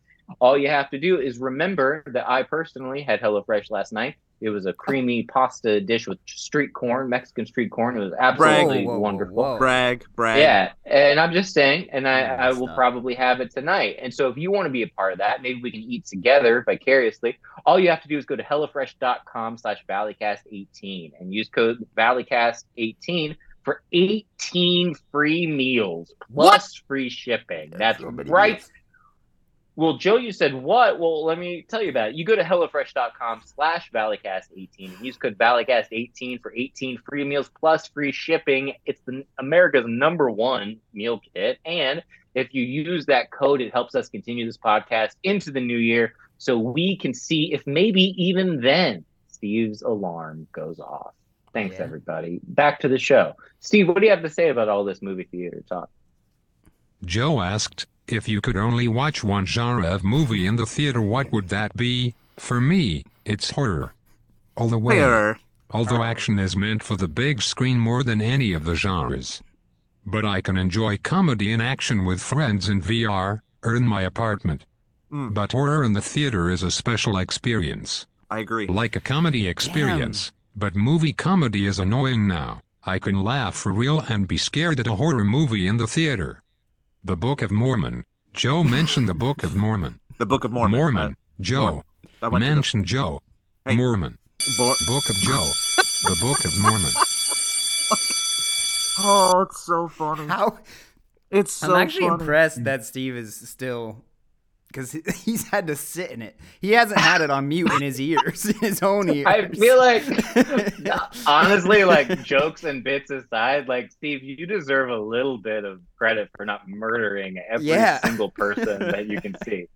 B: All you have to do is remember that I personally had HelloFresh last night. It was a creamy pasta dish with street corn, Mexican street corn. It was absolutely
A: Whoa, whoa, whoa,
B: wonderful.
A: whoa.
C: Brag, brag.
B: Yeah, and I'm just saying, and I,
A: Yeah,
B: I will
A: stop.
B: probably have it tonight. And so, if you want to be a part of that, maybe we can eat together vicariously. All you have to do is go to hellofresh.com/slash valleycast18 and use code valleycast18 for 18 free meals plus free shipping. That's right well, Joe, you said what? Well, let me tell you about it. You go to HelloFresh.com slash ValleyCast18 and use code ValleyCast18 for 18 free meals plus free shipping. It's the, America's number one meal kit. And if you use that code, it helps us continue this podcast into the new year so we can see if maybe even then Steve's alarm goes off. Thanks,
A: Yeah.
B: everybody. Back to the show. Steve, what do you have to say about all this movie theater talk?
F: Joe asked, if you could only watch one genre of movie in the theater, what would that be? For me, it's horror. All the way.
C: Where?
F: Although action is meant for the big screen more than any of the genres. But I can enjoy comedy and action with friends in VR, or in my apartment.
C: Mm.
F: But horror in the theater is a special experience,
C: I agree.
F: like a comedy experience. But movie comedy is annoying now. I can laugh for real and be scared at a horror movie in the theater. The Book of Mormon. Joe mentioned the Book of Mormon.
C: The Book of Mormon.
F: Mormon. Joe.
C: I, I went to the
F: mentioned Joe.
C: Hey.
F: Mormon.
C: Bo-
F: Book of Joe. the Book of Mormon.
C: oh, it's so funny.
A: How
C: It's so
A: I'm actually
C: funny.
A: impressed that Steve is still because he's had to sit in it. He hasn't had it on mute in his ears, in his own ears.
B: I feel like, honestly, like jokes and bits aside, like Steve, you deserve a little bit of credit for not murdering every
A: Yeah.
B: single person that you can see.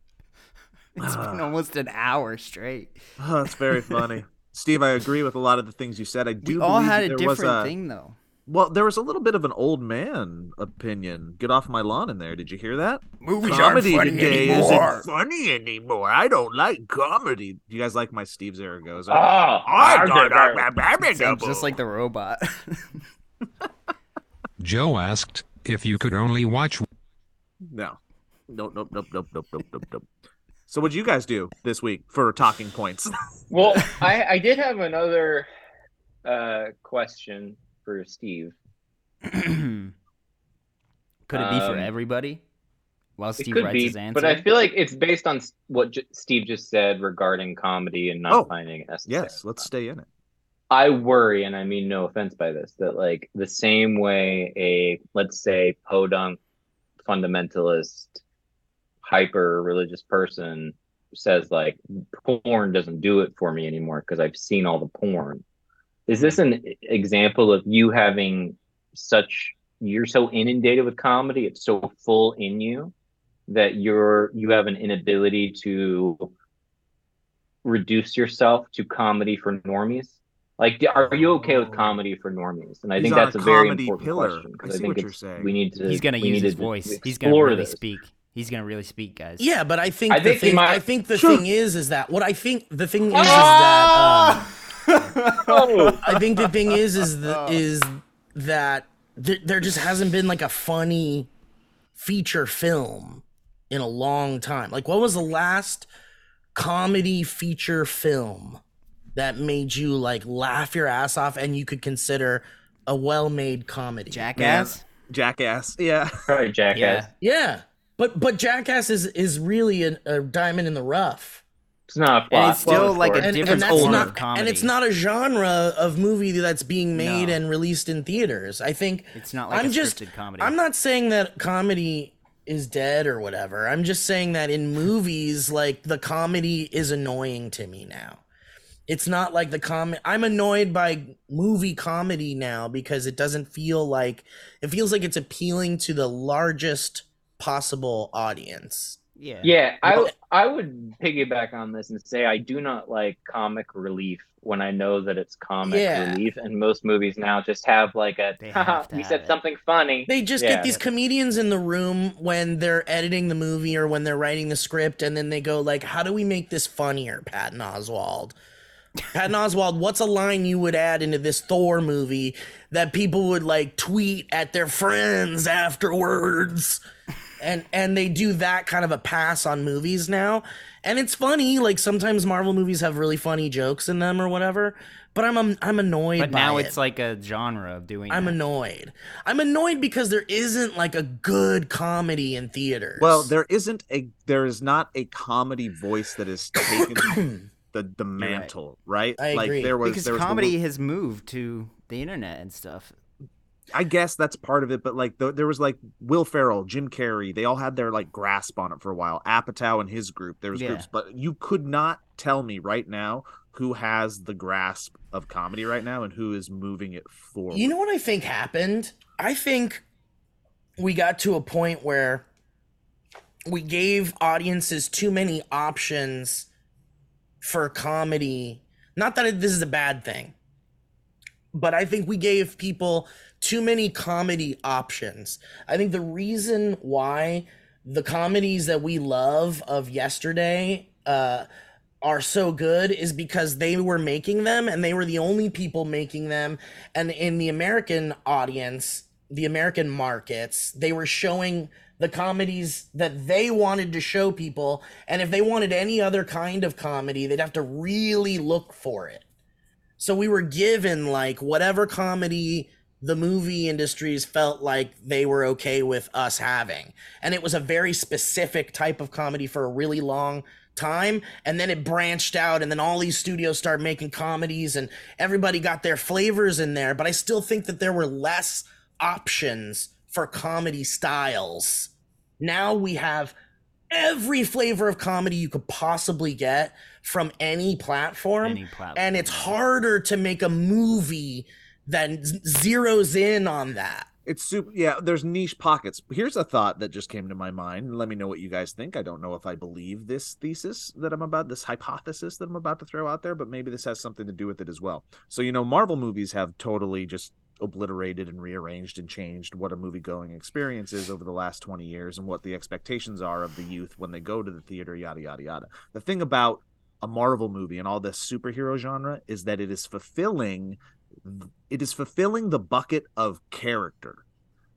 A: it's been almost an hour straight.
C: Oh, that's very funny. Steve, I agree with a lot of the things you said. I do.
A: We all
C: believe
A: had
C: that
A: a
C: there was
A: different
C: a-
A: thing though.
C: Well, there was a little bit of an old man opinion. Get off my lawn in there. Did you hear that?
A: Movies
C: comedy
A: aren't funny
C: today
A: anymore.
C: isn't funny anymore. I don't like comedy. Do you guys like my Steve Zaragoza?
B: Oh,
A: Ah,
B: I deserve-
A: Sounds just like the robot.
F: Joe asked if you could only watch
C: No. Nope, nope, nope, nope, nope, nope, nope, nope. So what'd you guys do this week for talking points?
B: well, I, I did have another uh, question for Steve.
A: Could it be for
B: Um,
A: everybody? While Steve
B: it could
A: writes
B: be,
A: his answer.
B: but I feel like it's based on s- what J- Steve just said regarding comedy and not
C: Oh,
B: finding it necessary.
C: yes, let's stay in it.
B: I worry, and I mean no offense by this, that like the same way a let's say podunk fundamentalist hyper religious person says like porn doesn't do it for me anymore because I've seen all the porn. Is this an e- example of you having such you're so inundated with comedy, it's so full in you that you're you have an inability to reduce yourself to comedy for normies? Like, d- are you okay with comedy for normies? And I
C: Oh. He's
B: think
C: on
B: that's
C: a
B: a, very
C: comedy
B: important
C: pillar.
B: question
C: I
B: because I,
C: see
B: think
C: what you're
B: it's-
C: saying.
B: we need to.
A: he's gonna
B: we
A: use
B: need
A: his
B: to
A: voice. He's gonna
B: explore
A: really
B: this.
A: speak. He's gonna really speak, guys.
D: Yeah, but I think
B: I
D: the
B: think he
D: thing
B: might-
D: I think the
C: Sure.
D: thing is is that what I think the thing is is
B: Ah!
D: that um,
B: Oh,
D: I think the thing is is the, is that th- there just hasn't been like a funny feature film in a long time. Like what was the last comedy feature film that made you like laugh your ass off and you could consider a well-made comedy?
A: Jackass.
C: Jackass. Yeah.
B: probably jackass.
A: Yeah.
D: yeah. But but Jackass is is really an, a diamond in the rough.
B: It's not. A plot.
A: And it's still like a
B: a.
D: and, and
A: different
D: that's
A: form
D: not,
A: of comedy.
D: And it's not a genre of movie that's being made
A: No.
D: and released in theaters. I think
A: It's not like
D: I'm
A: a
D: just-
A: scripted comedy.
D: I'm not saying that comedy is dead or whatever. I'm just saying that in movies, like the comedy is annoying to me now. It's not like the com. I'm annoyed by movie comedy now because it doesn't feel like it feels like it's appealing to the largest possible audience.
A: Yeah.
B: Yeah, I I would piggyback on this and say I do not like comic relief when I know that it's comic
D: Yeah.
B: relief, and most movies now just have like a
A: They
B: "Haha,
A: have to
B: we
A: have
B: said
A: it.
B: something funny.
D: They just
B: Yeah.
D: get these comedians in the room when they're editing the movie or when they're writing the script, and then they go like, "How do we make this funnier, Patton Oswald? Patton Oswald, what's a line you would add into this Thor movie that people would like tweet at their friends afterwards?" And and they do that kind of a pass on movies now, and it's funny. Like sometimes Marvel movies have really funny jokes in them or whatever, but I'm I'm, I'm annoyed.
A: But
D: by
A: now
D: it.
A: it's like a genre of doing.
D: I'm
A: that.
D: annoyed. I'm annoyed because there isn't like a good comedy in theaters.
C: Well, there isn't a there is not a comedy voice that has taken the, the mantle, right?
D: I
C: like
D: agree.
C: there was
A: because
C: there was the
A: comedy has moved to the internet and stuff.
C: I guess that's part of it, but like th- there was like Will Ferrell, Jim Carrey, they all had their like grasp on it for a while. Apatow and his group, there was
A: Yeah.
C: groups, but you could not tell me right now who has the grasp of comedy right now and who is moving it forward.
D: you know what I think happened? I think we got to a point where we gave audiences too many options for comedy. Not that it, this is a bad thing, but I think we gave people too many comedy options. I think the reason why the comedies that we love of yesterday uh, are so good is because they were making them and they were the only people making them. And in the American audience, the American markets, they were showing the comedies that they wanted to show people. And if they wanted any other kind of comedy, they'd have to really look for it. So we were given like whatever comedy the movie industries felt like they were okay with us having. And it was a very specific type of comedy for a really long time. And then it branched out, and then all these studios started making comedies, and everybody got their flavors in there. But I still think that there were less options for comedy styles. Now we have every flavor of comedy you could possibly get from any platform.
A: Any platform.
D: and it's harder to make a movie that z- zeroes in on that.
C: It's super. Yeah, there's niche pockets. Here's a thought that just came to my mind. Let me know what you guys think. I don't know if I believe this thesis that I'm about, this hypothesis that I'm about to throw out there, but maybe this has something to do with it as well. So, you know, Marvel movies have totally just obliterated and rearranged and changed what a movie going experience is over the last 20 years and what the expectations are of the youth when they go to the theater, yada, yada, yada. The thing about a Marvel movie and all this superhero genre is that it is fulfilling it is fulfilling the bucket of character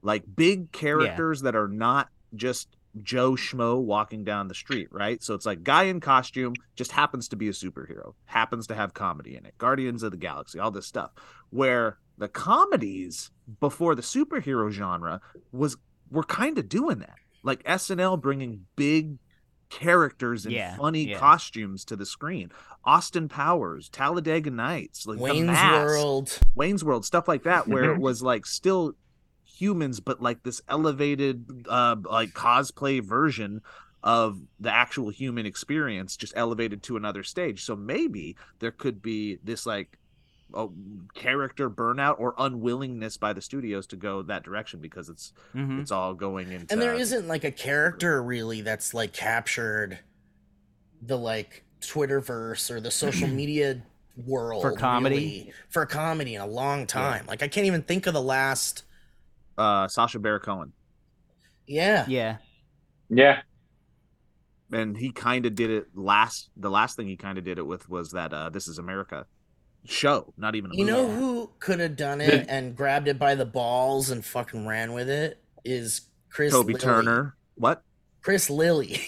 C: like big characters that are not just joe schmo walking down the street right so it's like guy in costume just happens to be a superhero happens to have comedy in it guardians of the galaxy all this stuff where the comedies before the superhero genre was were kind of doing that like snl bringing big characters in
A: Yeah,
C: funny
A: yeah.
C: costumes to the screen austin powers talladega nights like the
D: Wayne's
C: mask,
D: World.
C: Wayne's World, stuff like that, where it was like still humans, but like this elevated, uh, like cosplay version of the actual human experience, just elevated to another stage. So maybe there could be this like uh, character burnout or unwillingness by the studios to go that direction because it's
A: Mhm.
C: it's all going into
D: And there isn't like a character really that's like captured the like Twitterverse or the social media world
A: For comedy?
D: really, for comedy in a long time. Like I can't even think of the last.
C: uh, Sasha Baron Cohen,
D: Yeah,
A: Yeah.
B: Yeah.
C: and he kind of did it last. The last thing he kind of did it with was that uh, This Is America show, not even a
D: you
C: movie.
D: know who could have done it and grabbed it by the balls and fucking ran with it is Chris
C: Toby
D: Lilly.
C: Turner. What?
D: Chris Lilly.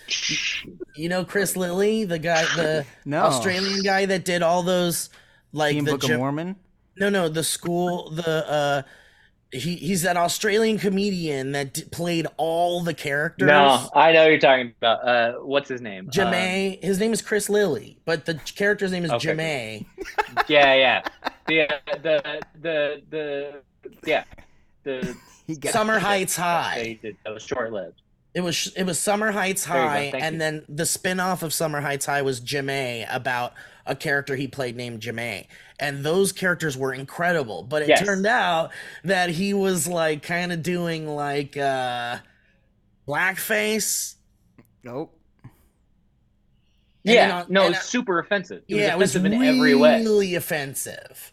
D: you know Chris Lilly, the guy, the
A: No.
D: Australian guy that did all those like
A: Team
D: the
A: Book
D: Jim-
A: of Mormon.
D: No, no, the school, the uh, he he's that Australian comedian that d- played all the characters.
B: No, I know who you're talking about. Uh, what's his name? Um,
D: Jamay. his name is Chris Lilly, but the character's name is
B: Okay.
D: Jamay.
B: yeah, yeah, yeah. The the the yeah. The
A: He got
D: Summer Heights
B: they
D: High.
B: did that was short lived.
D: It was it was Summer Heights
B: There you go,
D: High,
B: thank
D: and
B: you.
D: then the spin-off of Summer Heights High was Jamay about a character he played named Jamay, and those characters were incredible. But it
B: Yes.
D: turned out that he was like kind of doing like uh, blackface.
A: Nope.
D: And
B: Yeah,
D: then on-
B: no,
D: and uh,
B: it's super offensive. It
D: yeah,
B: was offensive
D: it was
B: in every way.
D: Really offensive.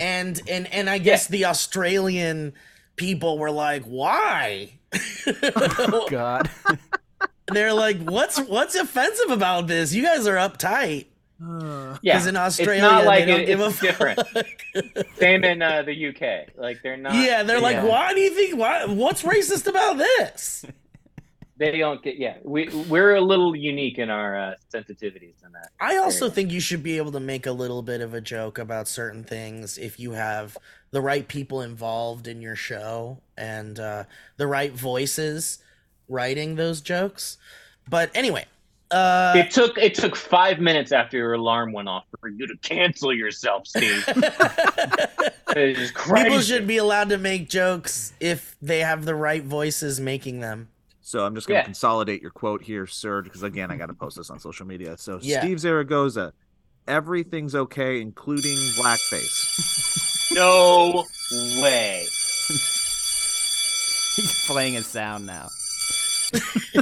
D: And and and I guess the Australian people were like, "Why?"
A: God.
D: They're like, "What's what's offensive about this? You guys are uptight."
B: Yeah,
D: in
B: it's
D: Australia,
B: not
D: they
B: like
D: don't
B: it-
D: give a
B: it's different. Same in uh, the UK. Like they're not.
D: yeah, they're like,
B: yeah,
D: "Why do you think why what's racist about this?"
B: They don't get. Yeah, we we're a little unique in our uh, sensitivities in that.
D: I also
B: area.
D: think you should be able to make a little bit of a joke about certain things if you have the right people involved in your show and uh, the right voices writing those jokes. But anyway, uh,
B: It took it took five minutes after your alarm went off for you to cancel yourself, Steve. It is
D: people
B: crazy.
D: should be allowed to make jokes if they have the right voices making them.
C: So I'm just going to
B: Yeah.
C: consolidate your quote here, sir, because again, I got to post this on social media. So
D: Yeah.
C: Steve Zaragoza, everything's okay, including blackface.
B: No way.
A: He's playing a sound now.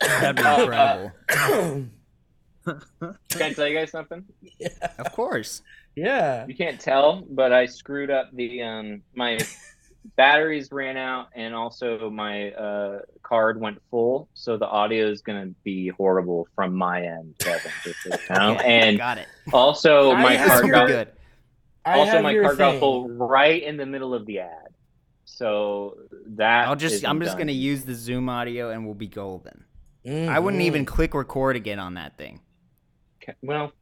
A: That'd be incredible.
B: Can I tell you guys something?
A: Of course.
D: yeah.
B: You can't tell, but I screwed up the um my batteries ran out and also my uh card went full, so the audio is gonna be horrible from my end, Kevin. just so you know.
A: Okay,
B: And
A: got it.
B: also
D: I
B: my
D: have
B: card
D: your-
B: got
A: Good.
D: I
B: also
D: have
B: my
D: your
B: card got
D: thing.
B: full right in the middle of the ad. So that
A: I'll just I'm
B: isn't
A: just
B: done.
A: gonna use the Zoom audio and we'll be golden. I wouldn't
C: Mm-hmm.
D: Mhm.
A: even click record again on that thing.
B: Okay, Well,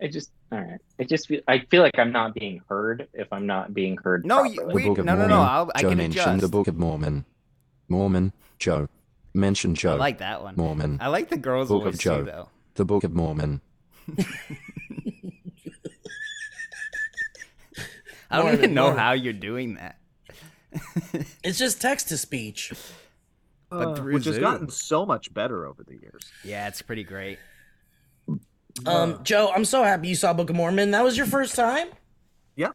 B: it just all right. It just feel, I feel like I'm not being heard if I'm not being heard.
A: No,
B: properly.
A: you- we-
G: Book of
A: no, no, no.
G: Mormon.
A: I'll, I
G: Joe
A: can
G: mentioned
A: adjust.
G: the Book of Mormon. Mormon, Joe. Mention
A: I
G: Joe.
A: like that one.
G: Mormon.
A: I like the girls'
G: Book of
A: voice
G: Joe.
A: too, though.
G: The Book of Mormon.
A: I don't
D: Mormon,
A: even know
D: Mormon.
A: how you're doing that.
D: It's just text to speech.
A: But
C: Uh,
A: through
C: which has
A: Zoom.
C: gotten so much better over the years.
A: Yeah, it's pretty great.
D: Um, Joe, I'm so happy you saw Book of Mormon. That was your first time.
C: Yeah.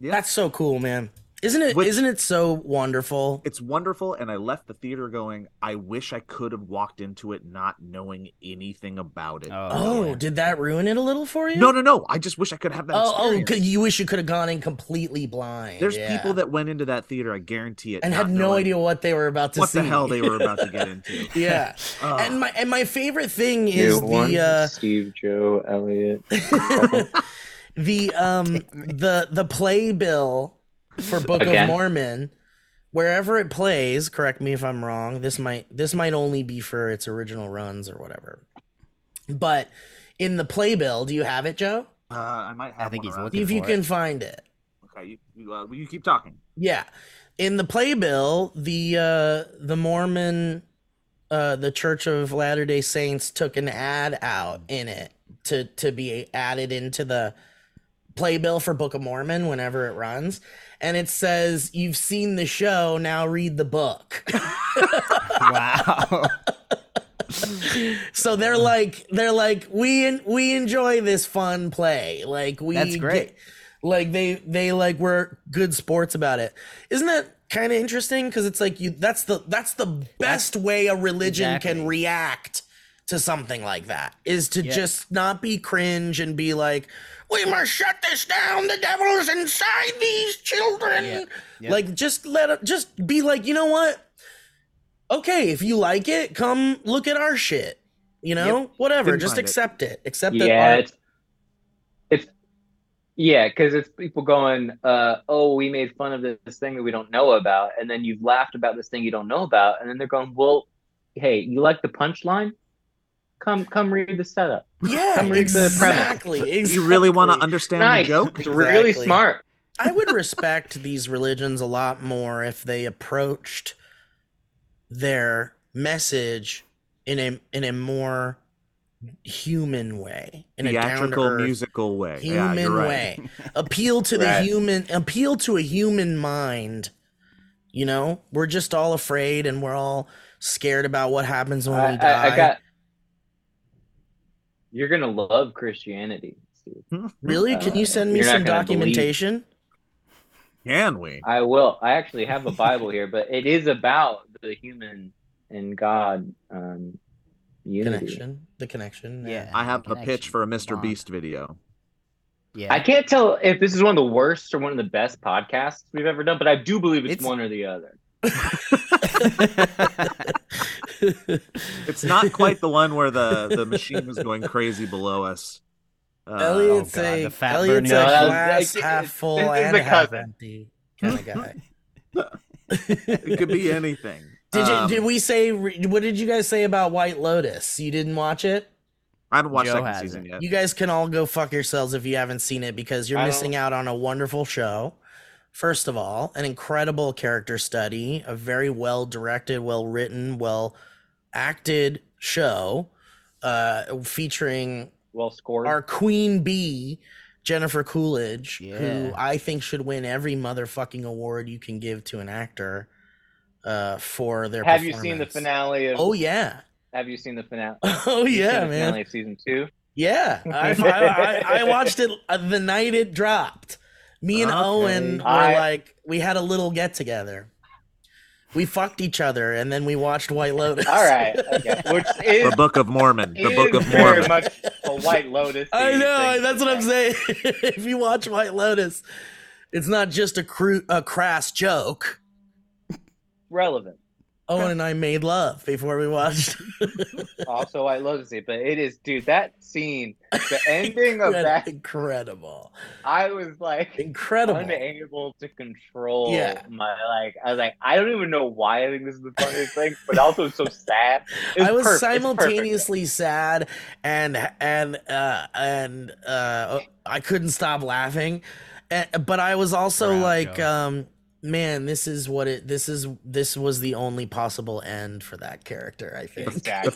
C: Yeah.
D: That's so cool, man. Isn't it?
C: Which-
D: not it so wonderful?
C: It's wonderful, and I left the theater going, I wish I could have walked into it not knowing anything about it.
D: Oh, did that ruin it a little for you?
C: no, no, no. I just wish I could have that
D: Oh, oh,
C: experience.
D: 'cause you wish you could have gone in completely blind.
C: There's
D: yeah.
C: people that went into that theater, I guarantee it,
D: and
C: not
D: had no
C: knowing
D: idea what they were about to
C: what
D: see.
C: the hell they were about to get into. Uh.
D: yeah.
C: Ugh.
D: and my and my favorite thing is
B: New one,
D: the uh,
B: Steve, Joe, Elliot.
D: the um the the playbill for Book
B: Again.
D: of Mormon, wherever it plays, correct me if I'm wrong. This might this might only be for its original runs or whatever. But in the playbill, do you have it, Joe?
C: uh, I might have.
A: I think
C: one
A: he's
C: around.
A: looking.
D: If you
A: for it.
D: can find it.
C: Okay, you, you, uh, you keep talking.
D: Yeah. In the playbill, the uh the Mormon uh the Church of Latter-day Saints took an ad out in it to to be added into the playbill for Book of Mormon whenever it runs. And it says, You've seen the show, now read the book.
A: Wow.
D: so they're like they're like, We en- we enjoy this fun play. Like we
A: That's great.
D: get- like they they like were good sports about it isn't that kind of interesting because it's like you that's the that's the best way a religion
A: Exactly.
D: can react to something like that is to
A: Yeah.
D: just not be cringe and be like we must shut this down the devil is inside these children
A: Yeah. Yeah.
D: like just let it just be like you know what okay if you like it come look at our shit you know whatever
C: Didn't
D: just
C: find it.
D: accept it, accept that
B: yeah,
D: our-
B: it's, it's yeah, because it's people going, uh, "Oh, we made fun of this thing that we don't know about," and then you've laughed about this thing you don't know about, and then they're going, "Well, hey, you like the punchline? Come, come read the setup.
D: yeah
B: Come read the premise.
D: exactly, exactly
C: You really want to understand
B: nice.
C: the joke?
B: It's really
D: Exactly.
B: smart.
D: I would respect these religions a lot more if they approached their message in a in a more human way, in a
C: Theatrical,
D: down-to-earth,
C: musical way.
D: human
C: yeah, you're right.
D: way. Appeal to the
B: Right.
D: human, appeal to a human mind. You know, we're just all afraid and we're all scared about what happens when
B: I,
D: we die.
B: I, I got. You're gonna love Christianity. Steve.
D: really? Can you send me
B: You're not
D: some
B: gonna believe.
D: documentation?
C: Can we?
B: I will. I actually have a Bible here, but it is about the human and God um, unity.
D: Connection, the connection.
A: Yeah.
C: I have a
A: Connection.
C: pitch for a Mr.
A: Bond.
C: Beast video.
A: Yeah.
B: I can't tell if this is one of the worst or one of the best podcasts we've ever done, but I do believe it's,
A: It's-
B: one or the other.
C: It's not quite the one where the, the machine was going crazy below us. Uh,
D: Elliot's
A: oh God,
D: a
A: the fat
D: Elliot's
A: burning-
D: a
A: No,
B: that's-
D: glass
B: that's-
D: half full
B: this is
D: and
B: the
D: half
B: cousin.
D: empty kind of guy.
C: Uh, it could be anything.
D: Did you,
C: Um,
D: did we say what did you guys say about White Lotus? You didn't watch it?
C: I haven't watched
A: Joe
C: second
A: hasn't.
C: season yet.
D: You guys can all go fuck yourselves if you haven't seen it because you're
B: I
D: missing out on a wonderful show. First of all, an incredible character study, a very well directed, well written, well acted show uh featuring
B: Well scored.
D: our queen bee jennifer coolidge
A: Yeah.
D: who i think should win every motherfucking award you can give to an actor uh, for their
B: have you seen the
D: performance.
B: finale of?
D: oh yeah
B: Have you seen the finale?
D: oh
B: Have you seen
D: yeah
B: the Finale
D: man
B: of season two.
D: yeah I, I, I, I watched it uh, the night it dropped me and
C: Okay.
D: owen were
B: I-
D: like we had a little get together we fucked each other and then we watched white lotus
B: All right. Okay. Which is
C: The Book of Mormon. The
B: is
C: Book of
B: very
C: Mormon.
B: much a White Lotus.
D: I know.
B: thing.
D: That's what I'm saying. if you watch White Lotus, it's not just a cru- a crass joke.
B: Relevant.
D: Owen and I made love before we watched.
B: Also, White Lotus, but it is, dude. That scene, the ending of that,
D: incredible,
B: I was like,
D: incredible.
B: unable to control
D: Yeah.
B: my like I was like, I don't even know why I think this is the funniest thing, but also it's so sad. It's
D: I was
B: perfect. It's perfect.
D: simultaneously sad and and uh, and uh, I couldn't stop laughing, and, but I was also
A: Proud
D: like,
A: Joe.
D: um, man, this is what it. This is this was the only possible end for that character. I think.
B: Exactly.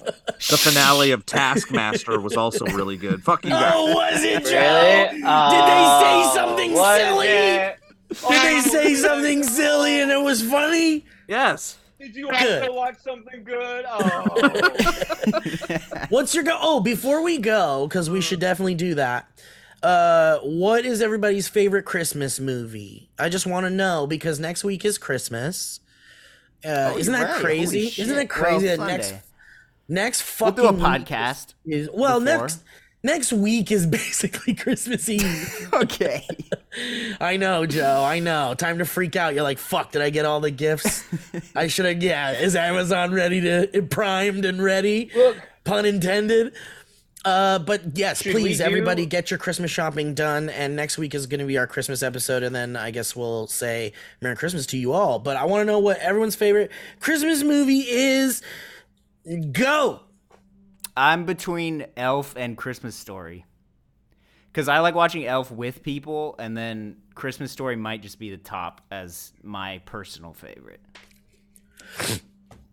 C: The finale of Taskmaster was also really good. Fuck you guys.
D: Oh, was it Joe?
B: Really?
D: Did they say
B: Oh,
D: something
B: was
D: silly?
B: it?
D: Did they say something silly and it was funny?
C: Yes.
B: Did you want to
D: Good.
B: watch something good? Oh.
D: What's your go? Oh, before we go, because we should definitely do that. Uh, what is everybody's favorite Christmas movie? I just want to know because next week is Christmas. Uh,
A: Oh,
D: isn't
A: you're
D: that
A: right.
D: crazy?
A: Holy
D: Isn't
A: shit.
D: that crazy
A: Well,
D: that next
A: Sunday.
D: next
A: We'll
D: fucking
A: do a
D: week
A: podcast.
D: is well
A: before.
D: next next week is basically Christmas Eve.
A: Okay.
D: I know, Joe. I know. Time to freak out. You're like, fuck. Did I get all the gifts? I should have. Yeah. Is Amazon ready to primed and ready?
B: Look,
D: pun intended. Uh, but yes,
B: Should we
D: please,
B: do-
D: everybody, get your Christmas shopping done. And next week is going to be our Christmas episode, and then I guess we'll say Merry Christmas to you all. But I want to know what everyone's favorite Christmas movie is. Go.
A: I'm between Elf and Christmas Story. Because I like watching Elf with people, and then Christmas Story might just be the top as my personal favorite.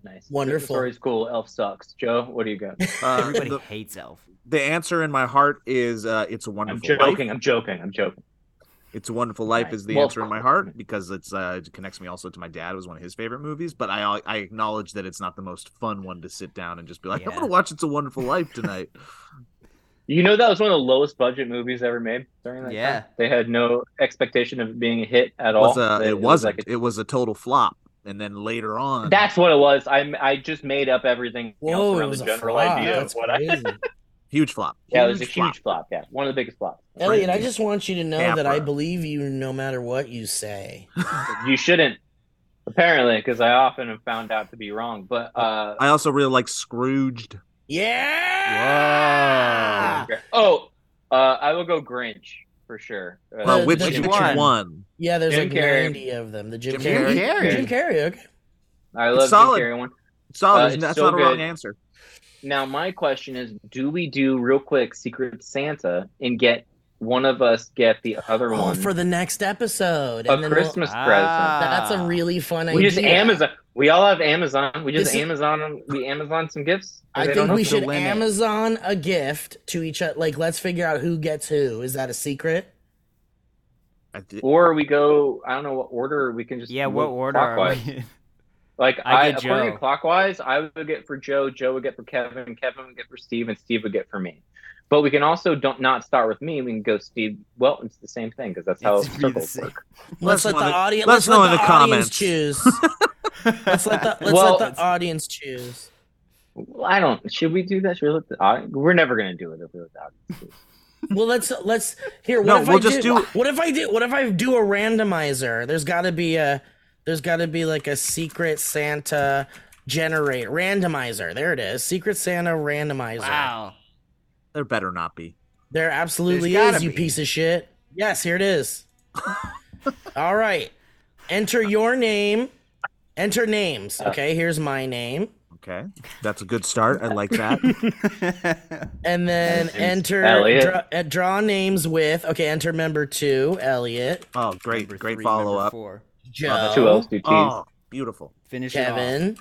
B: nice.
D: Wonderful.
B: Story's cool. Elf sucks. Joe, what do you got?
C: Uh,
A: Everybody
C: the,
A: hates Elf.
C: the answer in my heart is uh, "It's a
B: I'm
C: Wonderful Life."
B: joking. I'm joking. I'm joking.
C: "It's a Wonderful Life"
B: Right.
C: is the
B: Well,
C: answer in my heart because it's uh, it connects me also to my dad. It was one of his favorite movies, but I I acknowledge that it's not the most fun one to sit down and just be like, "I'm
A: Yeah.
C: gonna watch It's a Wonderful Life tonight."
B: You know that was one of the lowest budget movies ever made during that
A: Yeah.
B: time? They had no expectation of being a hit at
C: it, was
B: all.
C: a,
B: They-
C: it wasn't.
B: like a-
C: it was a total flop. And then later on,
B: that's what it was. I I just made up everything else
D: Whoa, it
B: around
D: was
B: the
D: a
B: general
D: flop.
B: idea
D: That's
B: of what I
D: crazy.
C: huge flop.
B: Yeah, it was a
C: flop.
B: huge flop. Yeah, one of the biggest flops.
D: Elliot, I just want you to know that I
C: Camper.
D: believe you no matter what you say.
B: You shouldn't, apparently, because I often have found out to be wrong. But uh,
C: I also really like Scrooged.
D: Yeah.
A: Whoa.
B: oh, uh, I will go Grinch for sure. Uh,
C: Well,
D: The-
C: which,
D: the
C: which
D: Jim
A: Carrey.
C: one?
D: Yeah, there's
B: Jim
D: like
B: Carrey.
D: 90 of them. The Jim,
C: Jim
D: Carrey.
A: Carrey.
D: Jim Carrey, okay.
B: I love Jim
C: solid.
B: Carrey one. Uh,
C: Solid.
B: it's
C: that's
B: so
C: not a wrong
B: good.
C: answer.
B: Now, my question is: Do we do real quick Secret Santa and get one of us get the other one
D: Oh, for the next episode.
B: a
D: and then we'll-
B: Christmas
A: Ah.
D: That's a really fun
B: present? We
D: idea.
B: just Amazon. We all have Amazon. We just
D: This is-
B: Amazon. them- We Amazon some gifts.
D: I
B: They don't
D: think we
B: have to
D: should
B: limit.
D: Amazon a gift to each other. Like, let's figure out who gets who. Is that a secret?
C: I thi-
B: Or we go. I don't know what order. We can just
A: Yeah,
B: go
A: what order are
B: clockwise.
A: we in?
B: Like I,
A: I get
B: according
A: Joe.
B: to clockwise, I would get for Joe, Joe would get for Kevin, Kevin would get for Steve, and Steve would get for me. But we can also don't not start with me. We can go Steve. Well, it's the same thing because that's how
A: It's really the
B: circles
A: same.
B: work.
C: Let's
D: Let's, let
C: know in
D: the
C: the-
D: audience.
C: let's know
D: let
C: in
D: the,
C: the comments.
D: audience choose. let's let the let's
B: Well-
D: let the audience choose.
B: Well, I don't. Should we do that? Should we let the audience? We're never gonna do it if we let the audience. do it.
D: Well, let's let's here. What
C: No,
D: if I
C: we'll just do-
D: What if I do? What if I do a randomizer? There's got to be a. There's got to be like a secret Santa generate randomizer. There it is. Secret Santa randomizer.
A: Wow.
C: There better not be.
D: There absolutely
A: There's gotta
D: is, you
A: be.
D: piece of shit. Yes, here it is. All right. Enter your name. Enter names. Okay, here's my name.
C: Okay, that's a good start. I like that.
D: And then enter
B: Elliot.
D: Draw, uh, draw names with. Okay, enter member 2, Elliot,
C: Oh, great,
A: Number
C: great
A: three,
C: follow
A: number
C: up.
A: Four.
D: Joe,
B: Two L's, two T's.
C: Oh, beautiful.
A: Finish it off.
D: Kevin.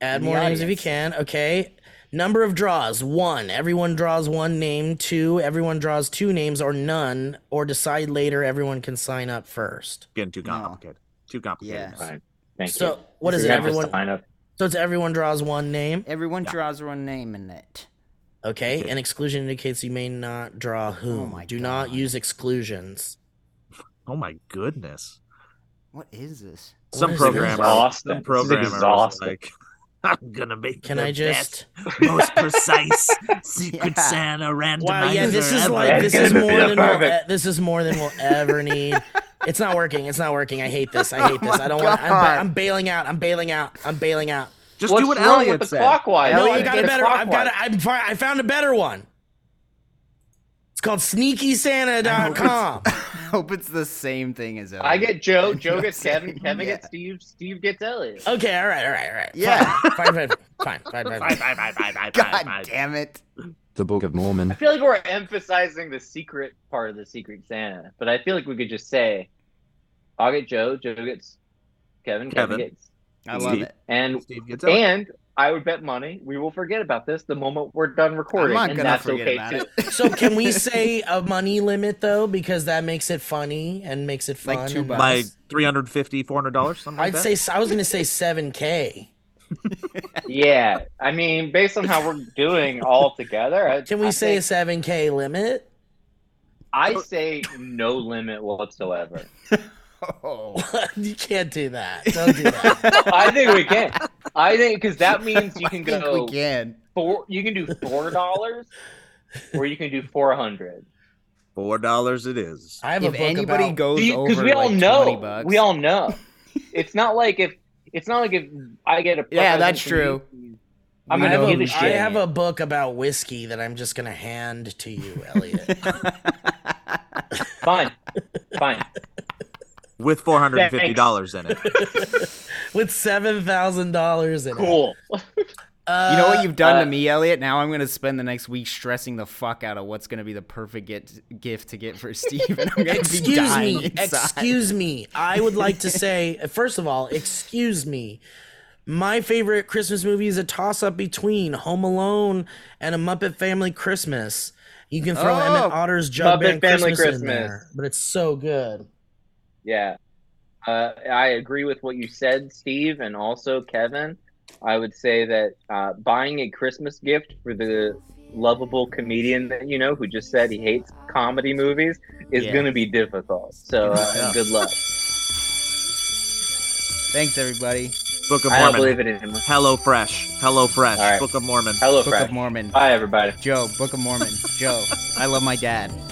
D: Add
A: And the
D: more names if you
A: audience.
D: can. Okay. Number of draws one. Everyone draws one name. Two. Everyone draws two names or none. Or decide later. Everyone can sign up first.
C: Getting too
A: No.
C: complicated. Too complicated.
A: Yes.
B: Fine. Thank
D: so
B: you.
D: what is
B: You're gonna
D: it?
B: have to
D: Everyone.
B: sign up.
D: So it's everyone draws one name.
A: Everyone
C: Yeah.
A: draws one name in it.
D: Okay.
C: Okay.
D: And exclusion indicates you may not draw whom.
A: my
D: Do not
A: God.
D: use exclusions.
C: Oh my goodness.
A: What is this?
D: What
C: Some
D: is
C: programmer,
B: exhausting. This
C: some
B: is
C: programmer was
B: exhausting.
C: like, I'm gonna make
D: Can
C: the
D: I just? uh,
C: best, most precise Secret
A: Yeah.
C: Santa randomizer
D: Wow. Yeah. This is
C: ever."
D: like this
B: It's
D: is
B: gonna
D: more
B: be
D: than we'll, e-
B: perfect.
D: this is more than we'll ever need. It's not working. It's not working. I hate this. I hate this. I don't want. I'm, ba-
A: God.
D: I'm bailing out. I'm bailing out. I'm bailing out.
C: Just
B: What's
C: do what
B: wrong
C: Elliot
B: with the
C: said.
B: clockwise?
D: No,
A: Elliot,
D: I got a
B: It's
D: better. I've got.
B: clockwise.
D: A, I'm. fi- I found a better one. It's called SneakySanta.com.
A: I hope it's the same thing as Elliot.
B: I get Joe.
A: You know
B: Joe
A: what
B: gets
A: I'm
B: Kevin.
A: saying?
B: Kevin
A: Yeah.
B: gets Steve. Steve gets Elliot.
D: Okay. All right. All right. All right.
A: Yeah.
D: Fine. Fine. Fine. Fine. Fine. fine,
C: Bye,
D: fine.
C: bye, bye, bye, bye,
A: God
C: bye.
A: damn it.
G: The Book of
B: I
G: Mormon.
B: feel like we're emphasizing the secret part of the Secret Santa, but I feel like we could just say, "I'll get Joe, Joe gets Kevin, Kevin,
C: Kevin.
B: gets,"
A: I love
C: Steve.
A: it.
B: and
C: Steve gets Elliot.
B: and I would bet money we will forget about this the moment we're done recording,
A: I'm not
B: and
A: gonna
B: that's
A: forget
B: okay
A: about
B: too.
A: it.
D: So can we say a money limit though, because that makes it funny and makes it fun.
A: Like two
D: and-
A: bucks.
C: Like 350 dollars, something like
D: I'd
C: that.
D: say I was gonna say seven k.
B: Yeah, I mean, based on how we're doing all together, I,
D: Can we
B: I
D: say a
B: think-
D: seven k limit?
B: I say no limit whatsoever.
A: Oh.
D: you can't do that. Don't do that.
B: I think we can. I think because that means you
A: I
B: can
A: think
B: go
A: we can.
B: four. You can do four dollars, or you can do four hundred.
C: Four dollars it is.
B: Uh,
D: I have
A: If
D: a book
A: anybody
D: about.
A: goes
B: Because
A: over
B: we all
A: like twenty
B: know,
A: bucks,
B: we all know. It's not like if it's not like if I get a
A: Yeah,
B: present
A: that's
B: from
A: true.
B: you, I'm
A: We
B: gonna
D: I have,
A: know
B: give
D: a,
B: a
A: you
D: I
B: shit.
D: have a book about whiskey that I'm just gonna hand to you, Elliot.
B: Fine, fine.
C: With four hundred and fifty dollars in it.
D: With seven thousand dollars in it.
B: Cool.
D: Uh,
A: you know what you've done
B: uh,
A: to me, Elliot? Now I'm going to spend the next week stressing the fuck out of what's going to be the perfect get- gift to get for Steve, and I'm going to be
D: excuse
A: dying
D: me
A: inside.
D: excuse me i would like to say first of all excuse me my favorite christmas movie is a toss-up between home alone and a muppet family christmas you can throw
A: Oh,
D: emmett otter's jug
B: Muppet
D: band
B: Family
D: christmas, in
B: Christmas.
D: there but it's so good
B: Yeah. Uh, I agree with what you said, Steve, and also Kevin. I would say that uh, buying a Christmas gift for the lovable comedian that you know who just said he hates comedy movies is
A: Yeah.
B: going to be difficult. So uh,
C: Yeah.
B: good luck.
A: Thanks, everybody.
C: Book of
B: I don't believe
C: Mormon.
B: it anymore.
C: Hello Fresh. Hello Fresh.
B: All right.
C: Book of Mormon.
B: Hello,
A: Book of
B: Fresh.
A: Mormon.
B: Bye, everybody.
A: Joe, Book of Mormon. Joe, I love my dad.